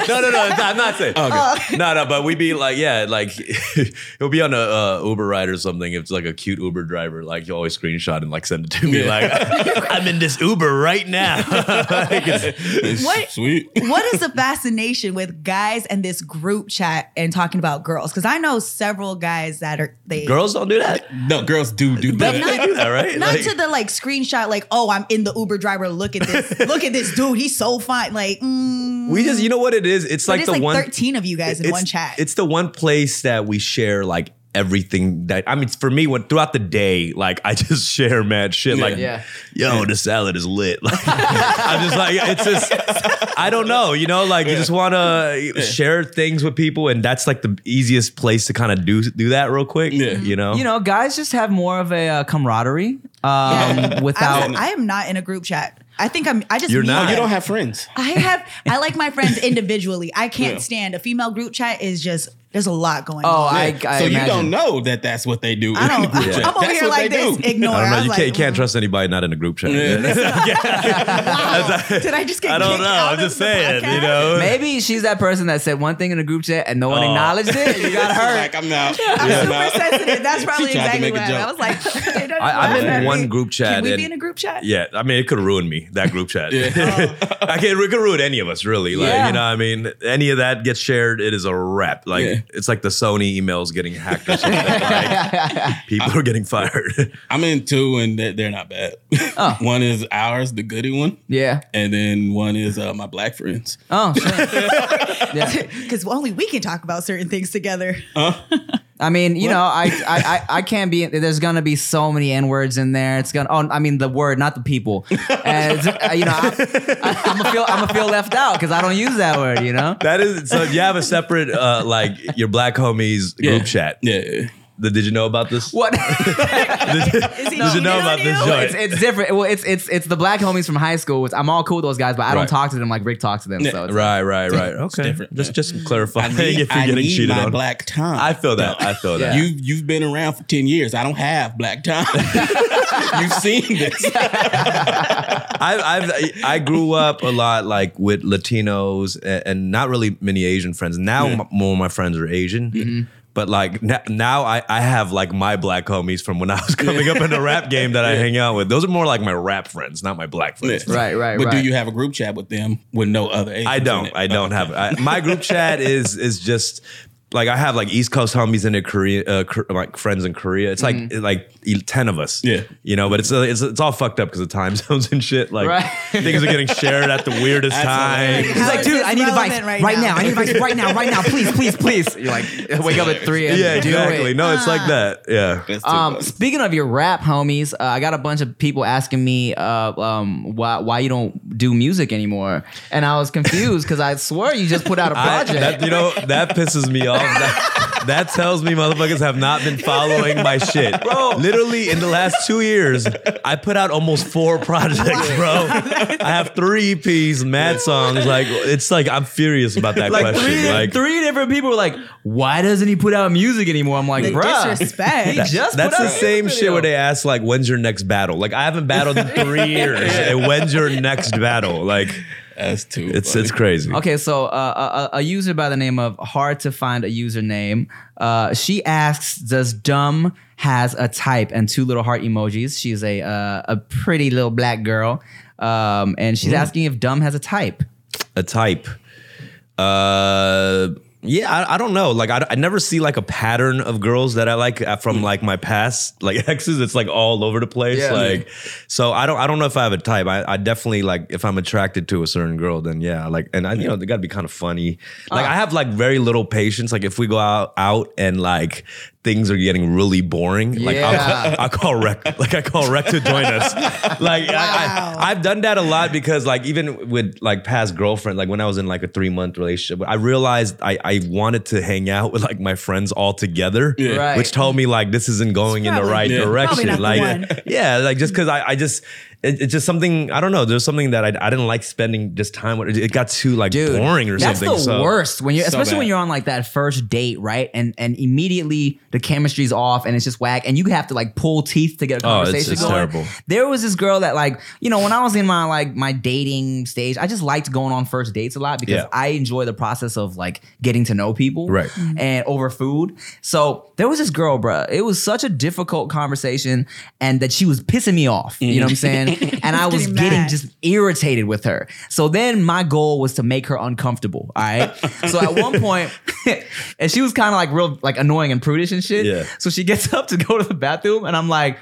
[SPEAKER 4] no, no, no. it's not- I'm not saying. No, no. But we be like, yeah, like he'll be on a uh, Uber ride or something. If it's like a cute Uber driver, like you always screenshot and like send it to me.
[SPEAKER 3] Yeah.
[SPEAKER 4] Like I'm in this Uber right now. Like, it's-
[SPEAKER 3] It's
[SPEAKER 2] What-
[SPEAKER 3] Sweet.
[SPEAKER 2] what is the fascination with guys and this group chat and talking about girls? Because I know several guys that are they
[SPEAKER 4] girls don't do that.
[SPEAKER 3] No, girls do do
[SPEAKER 4] They
[SPEAKER 3] that.
[SPEAKER 4] do that, right?
[SPEAKER 2] Not
[SPEAKER 4] Like-
[SPEAKER 2] to the like screenshot, like, oh, I'm in the Uber driver. Look at this. Look at this dude. He's so fine. Like, mm.
[SPEAKER 4] we just, you know what it is? It's
[SPEAKER 2] But
[SPEAKER 4] like
[SPEAKER 2] it's
[SPEAKER 4] the
[SPEAKER 2] like
[SPEAKER 4] one
[SPEAKER 2] 13 of you guys in
[SPEAKER 4] it's,
[SPEAKER 2] one chat.
[SPEAKER 4] It's the one place that we share like everything that I mean for me when throughout the day, like I just share mad shit. Like
[SPEAKER 1] Yeah.
[SPEAKER 4] yo, the salad is lit. Like, I'm just like, it's just I don't know, you know, like you just wanna share things with people, and that's like the easiest place to kind of do do that real quick.
[SPEAKER 3] Yeah.
[SPEAKER 4] You know?
[SPEAKER 1] You know, guys just have more of a uh, camaraderie um, without.
[SPEAKER 2] I'm, I am not in a group chat. I think I'm. I just.
[SPEAKER 4] You're
[SPEAKER 2] mute
[SPEAKER 4] not?
[SPEAKER 3] Oh, you
[SPEAKER 2] them.
[SPEAKER 3] don't have friends.
[SPEAKER 2] I have. I like my friends individually. I can't
[SPEAKER 3] Yeah.
[SPEAKER 2] stand a female group chat. Is just there's a lot going
[SPEAKER 1] oh,
[SPEAKER 2] on.
[SPEAKER 1] I, I
[SPEAKER 3] Yeah. so you
[SPEAKER 1] imagine.
[SPEAKER 3] don't know that that's what they do.
[SPEAKER 2] I
[SPEAKER 3] in the
[SPEAKER 2] don't.
[SPEAKER 3] group chat.
[SPEAKER 2] I'm over
[SPEAKER 3] That's
[SPEAKER 2] here
[SPEAKER 3] what
[SPEAKER 2] like
[SPEAKER 3] they
[SPEAKER 2] this.
[SPEAKER 3] do.
[SPEAKER 2] Ignore.
[SPEAKER 4] I don't know.
[SPEAKER 2] I'm
[SPEAKER 4] You
[SPEAKER 2] like,
[SPEAKER 4] can't, can't
[SPEAKER 2] mm,
[SPEAKER 4] trust anybody not in a group chat.
[SPEAKER 3] Yeah.
[SPEAKER 2] wow. Oh. Did I just get?
[SPEAKER 4] I don't
[SPEAKER 2] kicked
[SPEAKER 4] know.
[SPEAKER 2] out
[SPEAKER 4] I'm
[SPEAKER 2] of
[SPEAKER 4] just
[SPEAKER 2] the
[SPEAKER 4] saying,
[SPEAKER 2] podcast?
[SPEAKER 4] you know.
[SPEAKER 1] Maybe she's that person that said one thing in a group chat and no
[SPEAKER 4] Oh.
[SPEAKER 1] one acknowledged it. You got hurt.
[SPEAKER 3] like I'm out.
[SPEAKER 2] I'm
[SPEAKER 3] Yeah.
[SPEAKER 2] super
[SPEAKER 3] I'm out.
[SPEAKER 2] sensitive. That's probably
[SPEAKER 3] tried to make
[SPEAKER 2] exactly
[SPEAKER 3] a
[SPEAKER 2] what I, I
[SPEAKER 3] joke.
[SPEAKER 2] was like. they don't
[SPEAKER 4] I,
[SPEAKER 2] laugh
[SPEAKER 4] I'm
[SPEAKER 2] at
[SPEAKER 4] in
[SPEAKER 2] me.
[SPEAKER 4] one group chat.
[SPEAKER 2] Can we
[SPEAKER 4] and
[SPEAKER 2] be in a group chat?
[SPEAKER 4] Yeah, I mean, it could ruin me that group chat. I can't. It could ruin any of us, really. Like
[SPEAKER 1] Yeah.
[SPEAKER 4] you know, what I mean, any of that gets shared, it is a wrap. Like
[SPEAKER 3] Yeah.
[SPEAKER 4] it's like the Sony emails getting hacked or something. like, people are getting fired.
[SPEAKER 3] I'm in two, and they- they're not bad.
[SPEAKER 1] Oh.
[SPEAKER 3] one is ours, the goody one,
[SPEAKER 1] Yeah.
[SPEAKER 3] and then one is uh, my black friends.
[SPEAKER 1] Oh, shit. yeah.
[SPEAKER 2] Because only we can talk about certain things together.
[SPEAKER 1] I mean, you know, I, I, I, I can't be. There's gonna be so many n words in there. It's gonna. Oh, I mean, the word, not the people. And uh, you know, I, I, I'm gonna feel, I'm gonna feel left out because I don't use that word. You know.
[SPEAKER 4] that is so. You have a separate uh, like your black homies
[SPEAKER 3] Yeah.
[SPEAKER 4] group chat.
[SPEAKER 3] Yeah,
[SPEAKER 4] The- Did you know about this?
[SPEAKER 1] What?
[SPEAKER 2] Is he
[SPEAKER 4] Did you
[SPEAKER 2] cheating
[SPEAKER 4] know
[SPEAKER 2] on
[SPEAKER 4] about this
[SPEAKER 2] you?
[SPEAKER 4] joint?
[SPEAKER 1] it's, it's different. Well, it's it's it's the black homies from high school. Which I'm all cool with those guys, but I don't
[SPEAKER 4] Right.
[SPEAKER 1] talk to them like Rick talks to them. So it's,
[SPEAKER 4] Right, right, right.
[SPEAKER 3] It's
[SPEAKER 4] Okay,
[SPEAKER 3] different,
[SPEAKER 4] just
[SPEAKER 3] yeah.
[SPEAKER 4] just clarifying
[SPEAKER 3] I need,
[SPEAKER 4] if you're
[SPEAKER 3] I
[SPEAKER 4] getting
[SPEAKER 3] need
[SPEAKER 4] cheated
[SPEAKER 3] my
[SPEAKER 4] on.
[SPEAKER 3] black time.
[SPEAKER 4] I feel that. I feel that.
[SPEAKER 3] You've you've been around for ten years. I don't have black time. you've seen this.
[SPEAKER 4] I, I've, I- I grew up a lot like with Latinos and, and not really many Asian friends. Now m- more of my friends are Asian. But like n- now, I, I have like my black homies from when I was coming up in the rap game that I hang out with. Those are more like my rap friends, not my black friends.
[SPEAKER 1] Right, right,
[SPEAKER 3] But do
[SPEAKER 1] right.
[SPEAKER 3] you have a group chat with them with no other? Asians
[SPEAKER 4] I
[SPEAKER 3] in
[SPEAKER 4] don't.
[SPEAKER 3] it?
[SPEAKER 4] I don't have I, my group chat is is just like I have like East Coast homies in Korea, uh, Kor- like friends in Korea. It's like like e- ten of us.
[SPEAKER 3] Yeah.
[SPEAKER 4] you know, but it's uh, it's it's all fucked up because of time zones and shit. Like
[SPEAKER 1] Right.
[SPEAKER 4] things are getting shared at the weirdest
[SPEAKER 3] That's
[SPEAKER 4] time.
[SPEAKER 1] He's
[SPEAKER 2] How
[SPEAKER 1] like,
[SPEAKER 2] is
[SPEAKER 1] dude,
[SPEAKER 2] this
[SPEAKER 1] I need advice
[SPEAKER 2] relevant
[SPEAKER 1] right,
[SPEAKER 2] right
[SPEAKER 1] now.
[SPEAKER 2] now?
[SPEAKER 1] I need advice right now, right now. Please, please, please. You're like, wake up at three and
[SPEAKER 4] Yeah,
[SPEAKER 1] do it.
[SPEAKER 4] exactly. No, it's like that. Yeah.
[SPEAKER 3] That's too
[SPEAKER 1] Um,
[SPEAKER 3] much.
[SPEAKER 1] speaking of your rap, homies, uh, I got a bunch of people asking me uh, um, why why you don't do music anymore, and I was confused because I swear you just put out a
[SPEAKER 4] I-
[SPEAKER 1] project.
[SPEAKER 4] that, you know, that pisses me off. That, that tells me motherfuckers have not been following my shit. Bro. Literally, in the last two years, I put out almost four projects, bro. I have three EPs, mad songs. Like, it's like, I'm furious about that
[SPEAKER 1] like
[SPEAKER 4] question.
[SPEAKER 1] three,
[SPEAKER 4] like,
[SPEAKER 1] three different people were like, "Why doesn't he put out music anymore?" I'm like,
[SPEAKER 2] The
[SPEAKER 1] "Bruh,
[SPEAKER 2] disrespect.
[SPEAKER 1] he just
[SPEAKER 4] that's
[SPEAKER 1] put out
[SPEAKER 4] the
[SPEAKER 1] a
[SPEAKER 4] same
[SPEAKER 1] music
[SPEAKER 4] shit where
[SPEAKER 1] video."
[SPEAKER 4] they ask, like, when's your next battle? Like, I haven't battled in three years. And when's your next battle? Like,
[SPEAKER 3] That's too.
[SPEAKER 4] it's,
[SPEAKER 3] funny.
[SPEAKER 4] it's crazy.
[SPEAKER 1] Okay, so uh, a, a a user by the name of hard to find a username. Uh, she asks, "Does dumb has a type?" And two little heart emojis. She's a uh, a pretty little black girl, um, and she's asking if dumb has a type.
[SPEAKER 4] a type. Uh, yeah, I, I don't know. Like, I, I never see like a pattern of girls that I like uh, from like my past like exes. It's like all over the place.
[SPEAKER 1] Hmm. Yeah.
[SPEAKER 4] Like, so I don't I don't know if I have a type. I, I definitely like if I'm attracted to a certain girl, then yeah, like, and I you know they got to be kind of funny. Like,
[SPEAKER 1] Uh.
[SPEAKER 4] I have like very little patience. Like, if we go out out and like things are getting really boring, like
[SPEAKER 1] Yeah.
[SPEAKER 4] I'll, ca- I call rec like I call rec to join us. Like, I,
[SPEAKER 2] Wow.
[SPEAKER 4] I, I've done that a lot because like even with like past girlfriend, like when I was in like a three month relationship, I realized I, I wanted to hang out with like my friends all together,
[SPEAKER 3] Yeah.
[SPEAKER 1] Right.
[SPEAKER 4] which told me like this isn't going in the
[SPEAKER 2] probably-
[SPEAKER 4] right
[SPEAKER 3] Yeah.
[SPEAKER 4] direction.
[SPEAKER 2] probably not the
[SPEAKER 4] like
[SPEAKER 2] one.
[SPEAKER 4] yeah, like just because I, I just it, it's just something I don't know. There's something that I, I didn't like spending just time with. It got too like
[SPEAKER 1] Dude,
[SPEAKER 4] boring or
[SPEAKER 1] that's
[SPEAKER 4] something.
[SPEAKER 1] the
[SPEAKER 4] so.
[SPEAKER 1] worst when you,
[SPEAKER 3] So
[SPEAKER 1] especially when
[SPEAKER 3] bad.
[SPEAKER 1] you're on like that first date, right? And and immediately the chemistry's off and it's just whack, and you have to like pull teeth to get a
[SPEAKER 4] Oh, it's-
[SPEAKER 1] conversation
[SPEAKER 4] it's
[SPEAKER 1] going.
[SPEAKER 4] terrible.
[SPEAKER 1] There was this girl that like you know when I was in my like my dating stage, I just liked going on first dates a lot because
[SPEAKER 4] Yeah.
[SPEAKER 1] I enjoy the process of like getting to know people,
[SPEAKER 4] Right.
[SPEAKER 2] Mm-hmm.
[SPEAKER 1] And over food. So there was this girl, bruh. It was such a difficult conversation, and that she was pissing me off. You know what I'm saying? and I was
[SPEAKER 2] Getting
[SPEAKER 1] getting
[SPEAKER 2] mad.
[SPEAKER 1] just irritated with her. So then my goal was to make her uncomfortable. All right. so at one point, and she was kind of like real like annoying and prudish and shit.
[SPEAKER 4] Yeah.
[SPEAKER 1] So she gets up to go to the bathroom and I'm like,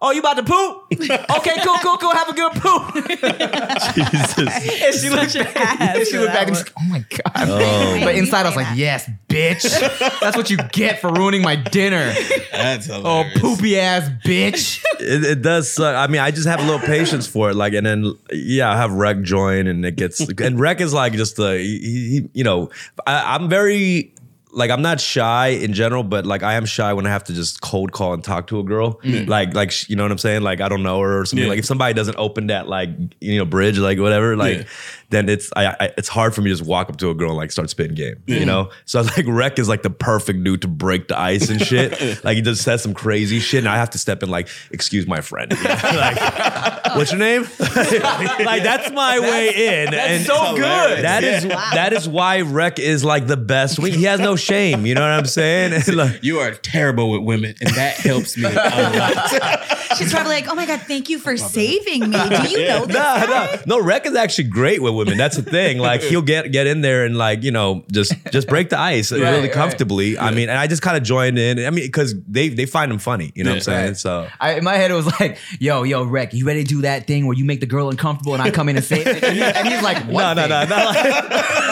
[SPEAKER 1] Oh, you about to poop? Okay, cool, cool, cool. Have a good poop.
[SPEAKER 4] Jesus.
[SPEAKER 1] And she looked
[SPEAKER 2] your
[SPEAKER 1] back,
[SPEAKER 2] ass
[SPEAKER 1] and she
[SPEAKER 2] for
[SPEAKER 1] looked back
[SPEAKER 2] that
[SPEAKER 1] and she's like, oh my God.
[SPEAKER 2] Oh.
[SPEAKER 1] But
[SPEAKER 2] You
[SPEAKER 1] inside I was
[SPEAKER 2] say
[SPEAKER 1] like,
[SPEAKER 2] that.
[SPEAKER 1] yes, bitch. That's what you get for ruining my dinner.
[SPEAKER 3] That's
[SPEAKER 1] Oh,
[SPEAKER 3] hilarious.
[SPEAKER 1] poopy ass bitch.
[SPEAKER 4] It, it does suck. I mean, I just have a little patience for it. Like, and then yeah, I have Rec join, and it gets and Rec is like just the he, he, you know, I, I'm very like I'm not shy in general, but like I am shy when I have to just cold call and talk to a girl. Like, like sh- you know what I'm saying? Like I don't know her or something.
[SPEAKER 3] Mm. Yeah.
[SPEAKER 4] Like if somebody doesn't open that like you know bridge, like whatever, like
[SPEAKER 3] Yeah.
[SPEAKER 4] then it's I, I it's hard for me to just walk up to a girl and like start spitting game. You know? So I was like Rec is like the perfect dude to break the ice and shit. like he just says some crazy shit and I have to step in like, excuse my friend. You know? like, what's your name? like that's my way in. That's
[SPEAKER 1] so good.
[SPEAKER 4] That is that is why Rec is like the best. We- He has no shame. You know what I'm saying? And, like,
[SPEAKER 3] You are terrible with women, and that helps me a lot.
[SPEAKER 2] She's probably like, oh my God, thank you for saving me. Do you know this?
[SPEAKER 4] no,
[SPEAKER 2] guy?
[SPEAKER 4] no, no. Rec is actually great with women. That's the thing. Like he'll get get in there and like you know just just break the ice really
[SPEAKER 1] right.
[SPEAKER 4] comfortably. I mean, and I just kind of joined in. I mean, because they they find him funny. You know what I'm
[SPEAKER 3] Yeah.
[SPEAKER 4] saying? So
[SPEAKER 1] I, in my head, it was like, yo, yo, Rec, you ready to do that thing where you make the girl uncomfortable and I come in and say it? And, he- and he's like,
[SPEAKER 4] no,
[SPEAKER 1] what?
[SPEAKER 4] no, no, no.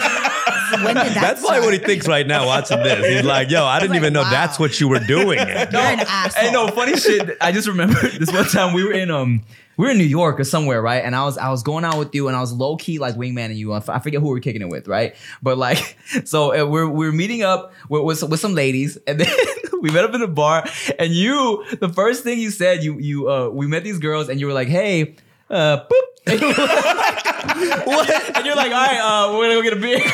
[SPEAKER 2] When did that
[SPEAKER 4] That's probably what he thinks right now watching this. He's like, yo, I didn't
[SPEAKER 2] like,
[SPEAKER 4] even know
[SPEAKER 2] wow.
[SPEAKER 4] that's what you were doing.
[SPEAKER 2] You're an asshole.
[SPEAKER 1] Hey, no, funny shit. I just remember this one time we were in um we were in New York or somewhere, right? And I was I was going out with you, and I was low key like wingmanning you. I f- I forget who we are kicking it with, right? But like, so uh, we're we're meeting up with with, some- with some ladies, and then we met up in a bar. And you, the first thing you said, you you uh we met these girls, and you were like, hey, uh, boop. And you were like- what? And you're like, all right, uh, we're gonna go get a beer.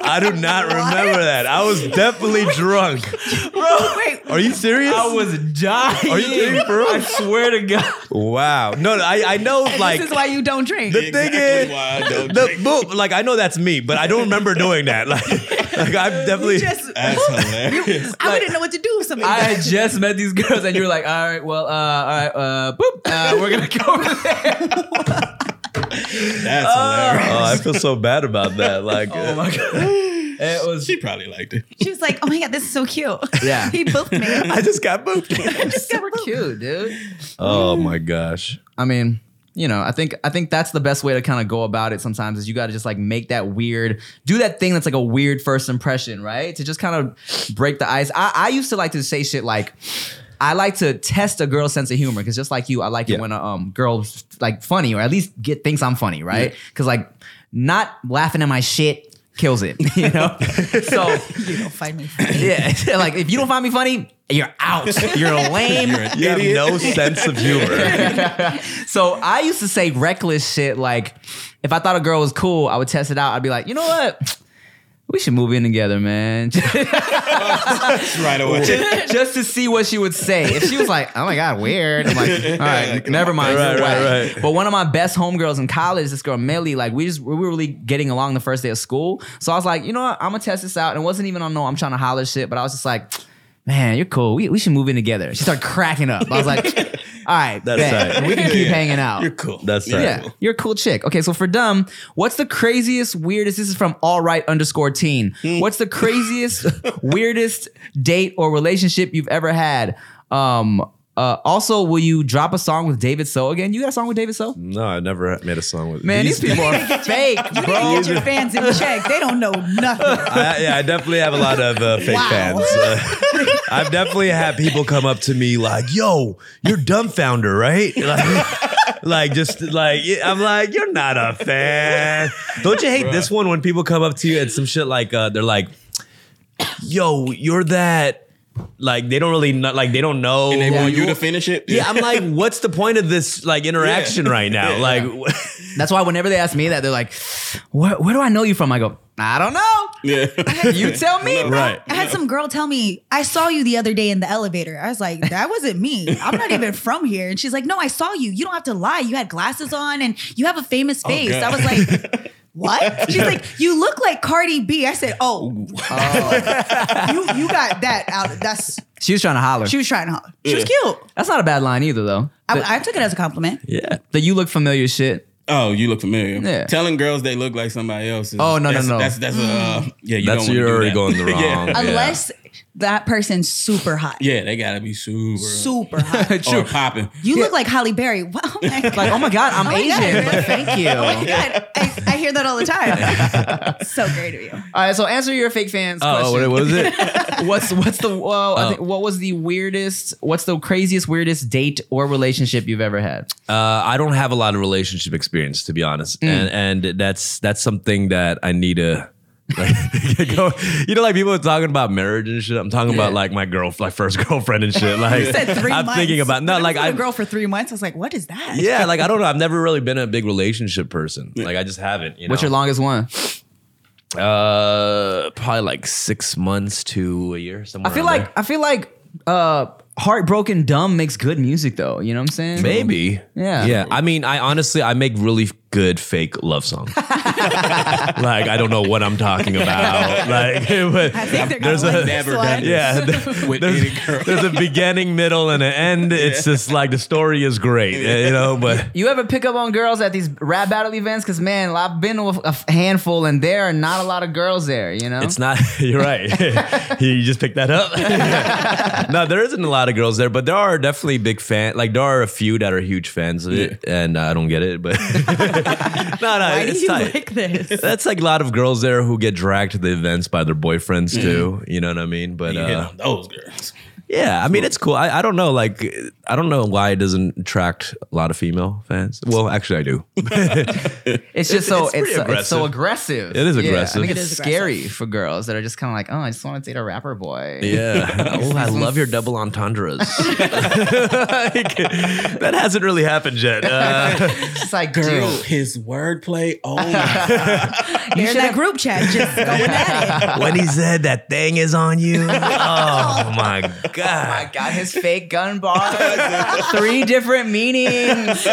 [SPEAKER 4] I do not remember that. I was definitely drunk.
[SPEAKER 2] Wait,
[SPEAKER 4] Are you serious?
[SPEAKER 1] I was dying.
[SPEAKER 4] Are you kidding me, bro?
[SPEAKER 1] I swear to God.
[SPEAKER 4] wow. No, no, I, I know like
[SPEAKER 2] this is why you don't drink.
[SPEAKER 4] the thing is
[SPEAKER 3] Exactly why I don't
[SPEAKER 4] the
[SPEAKER 3] drink.
[SPEAKER 4] boop, like I know that's me, but I don't remember doing that. Like, like I've definitely
[SPEAKER 2] Just,
[SPEAKER 3] That's hilarious.
[SPEAKER 2] I wouldn't know what to do with something.
[SPEAKER 1] I had just met these girls, and you were like, "All right, well, uh, all right, uh, boop, uh, we're gonna go over there."
[SPEAKER 3] That's hilarious.
[SPEAKER 4] Oh, I feel so bad about that. Like,
[SPEAKER 1] Oh my god!
[SPEAKER 4] It was
[SPEAKER 3] She probably liked it.
[SPEAKER 2] She was like, "Oh my god, this is so cute."
[SPEAKER 1] Yeah.
[SPEAKER 2] he booked me.
[SPEAKER 4] I just got booked.
[SPEAKER 1] super cute, dude.
[SPEAKER 4] oh my gosh.
[SPEAKER 1] I mean, you know, I think I think that's the best way to kind of go about it sometimes is you got to just like make that weird, do that thing that's like a weird first impression, right? To just kind of break the ice. I, I used to like to say shit like I like to test a girl's sense of humor because just like you, I like
[SPEAKER 4] Yeah.
[SPEAKER 1] it when a um, girl's like funny or at least get thinks I'm funny, right? Because like not laughing at my shit kills it, you know. so
[SPEAKER 2] You don't find me.
[SPEAKER 1] yeah, like if you don't find me funny, you're out. You're lame.
[SPEAKER 3] You're an
[SPEAKER 4] You have
[SPEAKER 3] idiot.
[SPEAKER 4] no sense of humor.
[SPEAKER 1] So I used to say reckless shit like if I thought a girl was cool, I would test it out. I'd be like, you know what? We should move in together, man.
[SPEAKER 3] right away.
[SPEAKER 1] Just to see what she would say. If she was like, oh my God, weird. I'm like, all right, never mind.
[SPEAKER 4] Right,
[SPEAKER 1] you're
[SPEAKER 4] right,
[SPEAKER 1] whack."
[SPEAKER 4] right.
[SPEAKER 1] But one of my best homegirls in college, this girl Millie, like we just we were really getting along the first day of school. So I was like, you know what? I'm gonna test this out. And it wasn't even on no, I'm trying to holler shit, but I was just like, man, you're cool. We, we should move in together. She started cracking up. I was like, all right,
[SPEAKER 4] That's
[SPEAKER 1] bet.
[SPEAKER 4] right.
[SPEAKER 1] we can keep
[SPEAKER 3] Yeah.
[SPEAKER 1] hanging out.
[SPEAKER 3] You're cool.
[SPEAKER 4] That's right.
[SPEAKER 1] Yeah, you're a cool chick. Okay, so for dumb, what's the craziest, weirdest? This is from all right underscore teen.
[SPEAKER 2] Hmm.
[SPEAKER 1] What's the craziest, weirdest date or relationship you've ever had? Um, uh, also, will you drop a song with David So again? You got a song with David So?
[SPEAKER 4] No, I never made a song with
[SPEAKER 1] Man, these, people are fake, bro.
[SPEAKER 2] Get your fans in check. They don't know nothing.
[SPEAKER 4] I, yeah, I definitely have a lot of uh, fake
[SPEAKER 2] Wow.
[SPEAKER 4] fans. Uh, I've definitely had people come up to me like, "Yo, you're dumbfounder, right?" Like, like just like I'm like, "You're not a fan." Don't you hate this one when people come up to you and some shit like uh, they're like, "Yo, you're that." Like they don't really know, like they don't know.
[SPEAKER 3] And they
[SPEAKER 4] who
[SPEAKER 3] want you to finish it.
[SPEAKER 4] Yeah, I'm like, what's the point of this like interaction right now? Like,
[SPEAKER 1] That's why whenever they ask me that, they're like, "Where, where do I know you from?" I go, "I don't know.
[SPEAKER 3] Yeah.
[SPEAKER 1] You tell me." bro."
[SPEAKER 4] right?
[SPEAKER 2] I had some girl tell me, I saw you the other day in the elevator. I was like, that wasn't me. I'm not even from here. And she's like, no, I saw you. You don't have to lie. You had glasses on and you have a famous face.
[SPEAKER 3] God.
[SPEAKER 2] I was like, what? She's like, you look like Cardi B. I said, oh, you you got that out. That's
[SPEAKER 1] She was trying to holler.
[SPEAKER 2] she was trying to holler. She was cute.
[SPEAKER 1] That's not a bad line either, though.
[SPEAKER 2] I, I took it as a compliment.
[SPEAKER 4] Yeah.
[SPEAKER 1] That you look familiar, shit.
[SPEAKER 3] Oh, you look familiar.
[SPEAKER 1] Yeah.
[SPEAKER 3] Telling girls they look like somebody else. Is,
[SPEAKER 1] Oh, no, no,
[SPEAKER 3] that's,
[SPEAKER 1] no. Mm.
[SPEAKER 3] That's that's uh, yeah. You
[SPEAKER 4] That's
[SPEAKER 3] don't
[SPEAKER 4] you're
[SPEAKER 3] wanna do
[SPEAKER 4] already
[SPEAKER 3] that.
[SPEAKER 4] going the wrong.
[SPEAKER 3] yeah.
[SPEAKER 2] Unless that person's super hot.
[SPEAKER 3] yeah, they gotta be super
[SPEAKER 2] Super hot.
[SPEAKER 3] or popping.
[SPEAKER 2] You look like Holly Berry. Wow, oh my God.
[SPEAKER 1] Like, oh my God, I'm
[SPEAKER 2] Oh my God,
[SPEAKER 1] Asian.
[SPEAKER 2] really?
[SPEAKER 1] Like, thank you.
[SPEAKER 2] Oh my God. I, I hear that all the time. so great of you.
[SPEAKER 1] All right, so answer your fake fans
[SPEAKER 4] Oh, what
[SPEAKER 1] question.
[SPEAKER 4] what was Oh. it?
[SPEAKER 1] what's what's the well, I think, what was the weirdest? What's the craziest weirdest date or relationship you've ever had?
[SPEAKER 4] Uh, I don't have a lot of relationship experience, to be honest, and and that's that's something that I need to. Like, go, you know, like people are talking about marriage and shit. I'm talking about like my girl, like first girlfriend and shit. Like
[SPEAKER 2] You said 3
[SPEAKER 4] I'm
[SPEAKER 2] months.
[SPEAKER 4] thinking about
[SPEAKER 2] When
[SPEAKER 4] no,
[SPEAKER 2] was
[SPEAKER 4] like
[SPEAKER 2] with
[SPEAKER 4] I
[SPEAKER 2] a girl for three months. I was like, what is that?
[SPEAKER 4] yeah, like I don't know. I've never really been a big relationship person. Like I just haven't. You know?
[SPEAKER 1] What's your longest one?
[SPEAKER 4] Uh, probably like six months to a year. Somewhere.
[SPEAKER 1] I feel
[SPEAKER 4] around
[SPEAKER 1] like I feel like uh heartbroken dumb makes good music though. You know what I'm saying?
[SPEAKER 4] there. maybe.
[SPEAKER 1] Yeah.
[SPEAKER 4] Yeah. I mean, I honestly, I make really good fake love songs. like I don't know what I'm talking about. Like, but
[SPEAKER 2] I think they're gonna
[SPEAKER 4] There's
[SPEAKER 2] like
[SPEAKER 4] a-
[SPEAKER 2] this
[SPEAKER 3] Never
[SPEAKER 2] one.
[SPEAKER 3] done
[SPEAKER 4] Yeah, th-
[SPEAKER 3] With any girl.
[SPEAKER 4] there's, there's a beginning, middle, and an end. It's just like the story is great, you know. But
[SPEAKER 1] You ever pick up on girls at these rap battle events? Because man, I've been with a handful, and there are not a lot of girls there. You know,
[SPEAKER 4] it's not. You're right. you just picked that up. no, there isn't a lot of girls there, but there are definitely big fan. Like there are a few that are huge fans of it, and I don't get it. But no, no,
[SPEAKER 2] Why do
[SPEAKER 4] it's
[SPEAKER 2] you
[SPEAKER 4] tight.
[SPEAKER 2] like this?
[SPEAKER 4] That's like a lot of girls there who get dragged to the events by their boyfriends too. Mm-hmm. You know what I mean? But
[SPEAKER 3] You
[SPEAKER 4] uh,
[SPEAKER 3] hit on those girls.
[SPEAKER 4] Yeah, I mean it's cool. I, I don't know, like I don't know why it doesn't attract a lot of female fans. Well, actually, I do.
[SPEAKER 1] It's just so
[SPEAKER 4] it's pretty
[SPEAKER 1] it's, so- it's so aggressive.
[SPEAKER 4] It is
[SPEAKER 1] Yeah,
[SPEAKER 4] aggressive.
[SPEAKER 1] I think
[SPEAKER 4] It
[SPEAKER 1] it's
[SPEAKER 2] is aggressive.
[SPEAKER 1] scary for girls that are just kind of like, oh, I just want to date a rapper boy.
[SPEAKER 4] Yeah. oh, I love your double entendres. that hasn't really happened yet. Uh,
[SPEAKER 1] It's just like,
[SPEAKER 3] Girl,
[SPEAKER 1] dude,
[SPEAKER 3] his wordplay. Oh my god.
[SPEAKER 2] You're in that group chat just going at it.
[SPEAKER 4] when he said that thing is on you, oh my
[SPEAKER 1] I
[SPEAKER 4] god.
[SPEAKER 1] got Oh his fake gun bars. Three different meanings.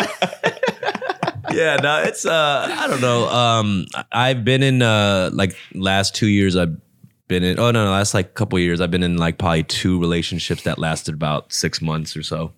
[SPEAKER 4] Yeah, no, it's uh, I don't know. Um, I've been in uh, like last two years. I've been in. Oh no, no, last
[SPEAKER 3] Mm.
[SPEAKER 4] like couple years. I've been in like probably two relationships that lasted about six months or so.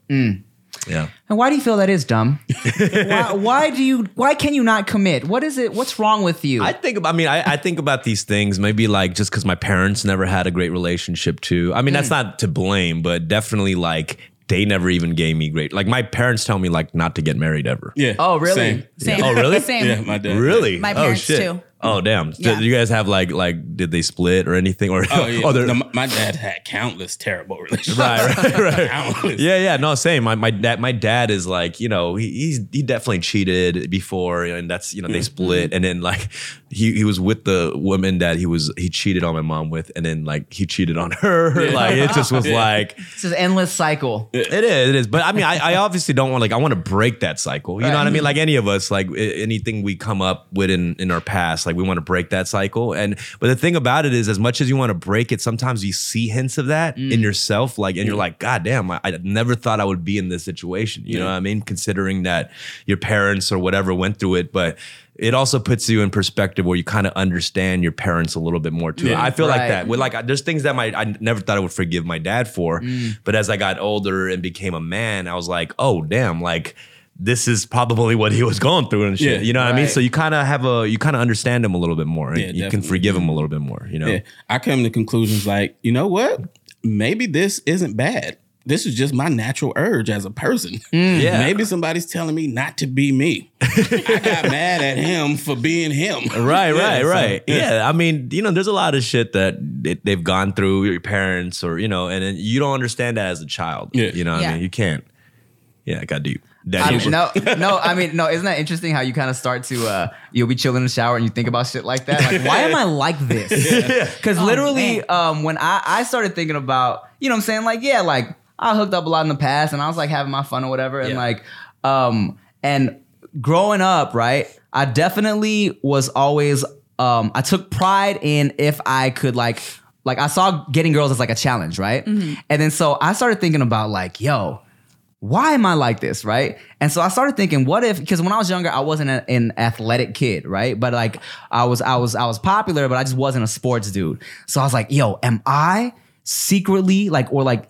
[SPEAKER 4] Yeah.
[SPEAKER 1] And why do you feel that is dumb? why, why do you? Why can you not commit? What is it? What's wrong with you?
[SPEAKER 4] I think. I mean, I, I think about these things. Maybe like just because my parents never had a great relationship too. I mean, that's
[SPEAKER 3] Mm.
[SPEAKER 4] not to blame, but definitely like they never even gave me great. Like my parents tell me like not to get married ever.
[SPEAKER 3] Yeah.
[SPEAKER 1] oh, really?
[SPEAKER 3] Same.
[SPEAKER 2] Same.
[SPEAKER 4] Oh, really?
[SPEAKER 2] Same.
[SPEAKER 3] Yeah, my dad.
[SPEAKER 4] Really?
[SPEAKER 2] My parents,
[SPEAKER 4] oh, shit.
[SPEAKER 2] too.
[SPEAKER 4] Oh damn! Did
[SPEAKER 2] Yeah.
[SPEAKER 4] you guys have like like did they split or anything or
[SPEAKER 3] Oh, yeah.
[SPEAKER 4] oh, they're-
[SPEAKER 3] No, my, my dad had countless terrible relationships.
[SPEAKER 4] right right right.
[SPEAKER 3] Countless.
[SPEAKER 4] Yeah, yeah, no, same. My my dad, my dad is like, you know, he he's, he definitely cheated before, and that's you know they split, and then like he he was with the woman that he was he cheated on my mom with, and then like he cheated on her. Like it just was like
[SPEAKER 1] It's an endless cycle.
[SPEAKER 4] it is, it is. But I mean, I, I obviously don't want like I want to break that cycle. You know what I mean? Like any of us, like i- anything we come up with in in our past, like we want to break that cycle. And but the thing about it is, as much as you want to break it, sometimes you see hints of that in yourself. Like, and you're like, God damn, I, I never thought I would be in this situation. You know what I mean? Considering that your parents or whatever went through it, but. It also puts you in perspective where you kind of understand your parents a little bit more too.
[SPEAKER 3] Yeah.
[SPEAKER 4] I feel
[SPEAKER 1] Right.
[SPEAKER 4] like that with like I- there's things that my I never thought I would forgive my dad for,
[SPEAKER 3] Mm.
[SPEAKER 4] but as I got older and became a man, I was like, oh damn, like this is probably what he was going through and shit.
[SPEAKER 3] Yeah,
[SPEAKER 4] you know what I mean?
[SPEAKER 1] right.
[SPEAKER 4] So you kind of have a you kind of understand him a little bit more. and
[SPEAKER 3] Yeah,
[SPEAKER 4] you can
[SPEAKER 3] definitely.
[SPEAKER 4] forgive him a little bit more. You know?
[SPEAKER 3] Yeah. I came to conclusions like, you know what? Maybe this isn't bad. This is just my natural urge as a person.
[SPEAKER 4] Yeah.
[SPEAKER 3] Maybe somebody's telling me not to be me. I got mad at him for being him.
[SPEAKER 4] Right,
[SPEAKER 3] Yeah,
[SPEAKER 4] right,
[SPEAKER 3] so-
[SPEAKER 4] right. yeah. I mean, you know, there's a lot of shit that they, they've gone through your parents or you know, and then you don't understand that as a child.
[SPEAKER 3] Yeah.
[SPEAKER 4] You know, what
[SPEAKER 2] Yeah.
[SPEAKER 4] I mean, you can't. Yeah, it got deep. That
[SPEAKER 1] I
[SPEAKER 4] deep.
[SPEAKER 1] mean, no, no. I mean, no. Isn't that interesting? How you kind of start to uh, you'll be chilling in the shower and you think about shit like that. Like, why am I like this? Because
[SPEAKER 2] Oh,
[SPEAKER 1] literally,
[SPEAKER 2] man.
[SPEAKER 1] um, when I I started thinking about, you know, what I'm saying like, yeah, like I hooked up a lot in the past and I was like having my fun or whatever, and
[SPEAKER 4] Yeah.
[SPEAKER 1] like, um, and growing up, right, I definitely was always, um, I took pride in if I could like. Like I saw getting girls as like a challenge, right?
[SPEAKER 2] Mm-hmm.
[SPEAKER 1] And then so I started thinking about like, yo, why am I like this, right? And so I started thinking, what if? Because when I was younger, I wasn't a- an athletic kid, right? But like, I was, I was, I was popular, but I just wasn't a sports dude. So I was like, yo, am I secretly like or like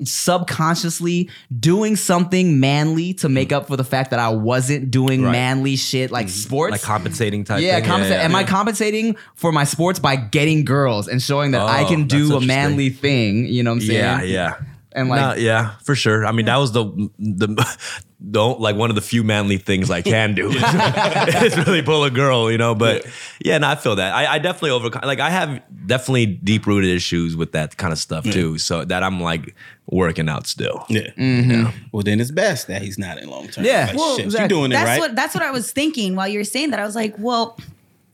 [SPEAKER 1] subconsciously doing something manly to make up for the fact that I wasn't doing
[SPEAKER 4] Mm-hmm. Right. Mm-hmm.
[SPEAKER 1] manly shit like sports?
[SPEAKER 4] like compensating type.
[SPEAKER 1] yeah,
[SPEAKER 4] thing.
[SPEAKER 1] compensate. Am I
[SPEAKER 4] yeah.
[SPEAKER 1] compensating for my sports by getting girls and showing that I
[SPEAKER 4] Oh,
[SPEAKER 1] can
[SPEAKER 4] that's
[SPEAKER 1] do a
[SPEAKER 4] interesting.
[SPEAKER 1] manly thing? You know what I'm saying?
[SPEAKER 4] Yeah, yeah.
[SPEAKER 1] And like,
[SPEAKER 4] no, yeah, for sure. I mean, that was the the don't like one of the few manly things I can do. it's really pull a girl, you know. But yeah, no, I feel that. I, I definitely overcome. Like I have definitely deep rooted issues with that kind of stuff too. So that I'm like working out still.
[SPEAKER 3] Yeah. Well, then it's best that he's not in long term.
[SPEAKER 1] Yeah. Well,
[SPEAKER 3] relationships.
[SPEAKER 1] exactly.
[SPEAKER 3] You're doing
[SPEAKER 2] that's
[SPEAKER 3] it right.
[SPEAKER 2] what that's what I was thinking while you were saying that. I was like, well,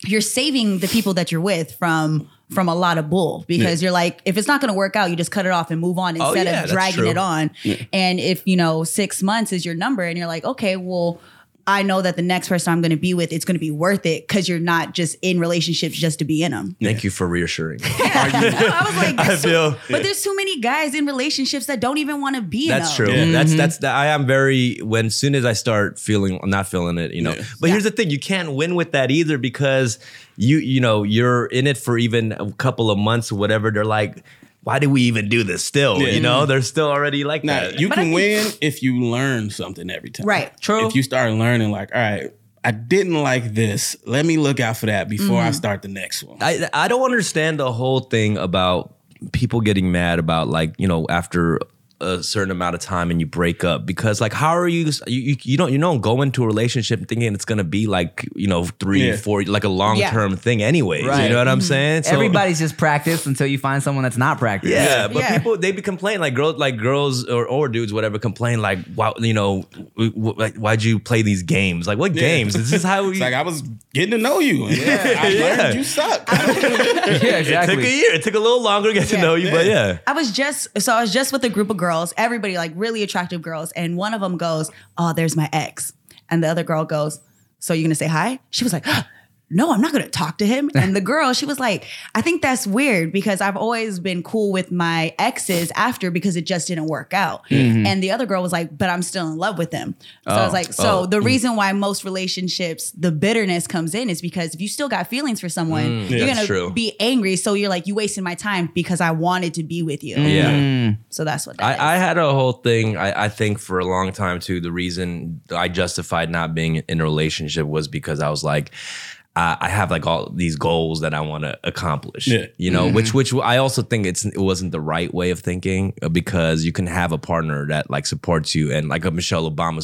[SPEAKER 2] you're saving the people that you're with from from a lot of bull because you're like, if it's not going to work out, you just cut it off and move on
[SPEAKER 4] Oh,
[SPEAKER 2] instead
[SPEAKER 4] yeah,
[SPEAKER 2] of
[SPEAKER 4] that's
[SPEAKER 2] dragging
[SPEAKER 4] true.
[SPEAKER 2] it on. And if you know six months is your number, and you're like, okay, well. I know that the next person I'm going to be with, it's going to be worth it because you're not just in relationships just to be in them.
[SPEAKER 4] Thank you for reassuring. me.
[SPEAKER 2] I was like,
[SPEAKER 4] I
[SPEAKER 2] there's too-
[SPEAKER 4] feel-
[SPEAKER 2] but there's too many guys in relationships that don't even want to be. in
[SPEAKER 4] That's
[SPEAKER 2] them.
[SPEAKER 4] true.
[SPEAKER 3] Yeah. Mm-hmm.
[SPEAKER 4] That's that's that. I am very when soon as I start feeling not feeling it, you know.
[SPEAKER 3] Yeah.
[SPEAKER 4] But here's the thing: you can't win with that either because you you know you're in it for even a couple of months or whatever. They're like, why do we even do this still?
[SPEAKER 3] Yeah.
[SPEAKER 4] You know, they're still already like
[SPEAKER 3] Now,
[SPEAKER 4] that.
[SPEAKER 3] you
[SPEAKER 2] But I
[SPEAKER 3] can
[SPEAKER 2] think-
[SPEAKER 3] win if you learn something every time.
[SPEAKER 2] Right.
[SPEAKER 1] True.
[SPEAKER 3] If you start learning, like, all right, I didn't like this. Let me look out for that before
[SPEAKER 2] Mm-hmm.
[SPEAKER 3] I start the next one.
[SPEAKER 4] I I don't understand the whole thing about people getting mad about like you know after a certain amount of time and you break up because like how are you you you, you don't you don't go into a relationship thinking it's gonna be like you know three
[SPEAKER 3] Yeah.
[SPEAKER 4] four like a long term thing anyways
[SPEAKER 1] Right.
[SPEAKER 4] you know what I'm saying So-
[SPEAKER 1] Everybody's just practice until you find someone that's not practiced.
[SPEAKER 4] yeah, but
[SPEAKER 2] Yeah.
[SPEAKER 4] people they be complain like girls, like girls or, or dudes, whatever, complain like, wow, you know, w- w- like, why'd you play these games? Like, what games? Is this how we?
[SPEAKER 3] It's like I was getting to know you. And I learned
[SPEAKER 4] Yeah.
[SPEAKER 3] you suck.
[SPEAKER 1] yeah,
[SPEAKER 4] it took a year. It took a little longer to get
[SPEAKER 2] Yeah.
[SPEAKER 4] to know you, but yeah,
[SPEAKER 2] I was just so I was just with a group of girls, everybody like really attractive girls, and one of them goes, "Oh, there's my ex," and the other girl goes, "So you gonna say hi?" She was like, no, I'm not going to talk to him. And the girl, she was like, I think that's weird because I've always been cool with my exes after because it just didn't work out.
[SPEAKER 4] Mm-hmm.
[SPEAKER 2] And the other girl was like, but I'm still in love with him. So
[SPEAKER 4] Oh,
[SPEAKER 2] I was like, so the
[SPEAKER 4] mm.
[SPEAKER 2] reason why most relationships, the bitterness comes in is because if you still got feelings for someone, you're
[SPEAKER 4] Mm. that's
[SPEAKER 2] going to
[SPEAKER 4] true.
[SPEAKER 2] be angry. So you're like, you wasted my time because I wanted to be with you.
[SPEAKER 4] Yeah.
[SPEAKER 2] So that's what that is.
[SPEAKER 4] Mm. I, I had a whole thing. I, I think for a long time too, the reason I justified not being in a relationship was because I was like, I, I have like all these goals that I want to accomplish.
[SPEAKER 3] Yeah.
[SPEAKER 4] You know,
[SPEAKER 2] Mm-hmm.
[SPEAKER 4] which which I also think it's it wasn't the right way of thinking uh, because you can have a partner that like supports you and like a Michelle Obama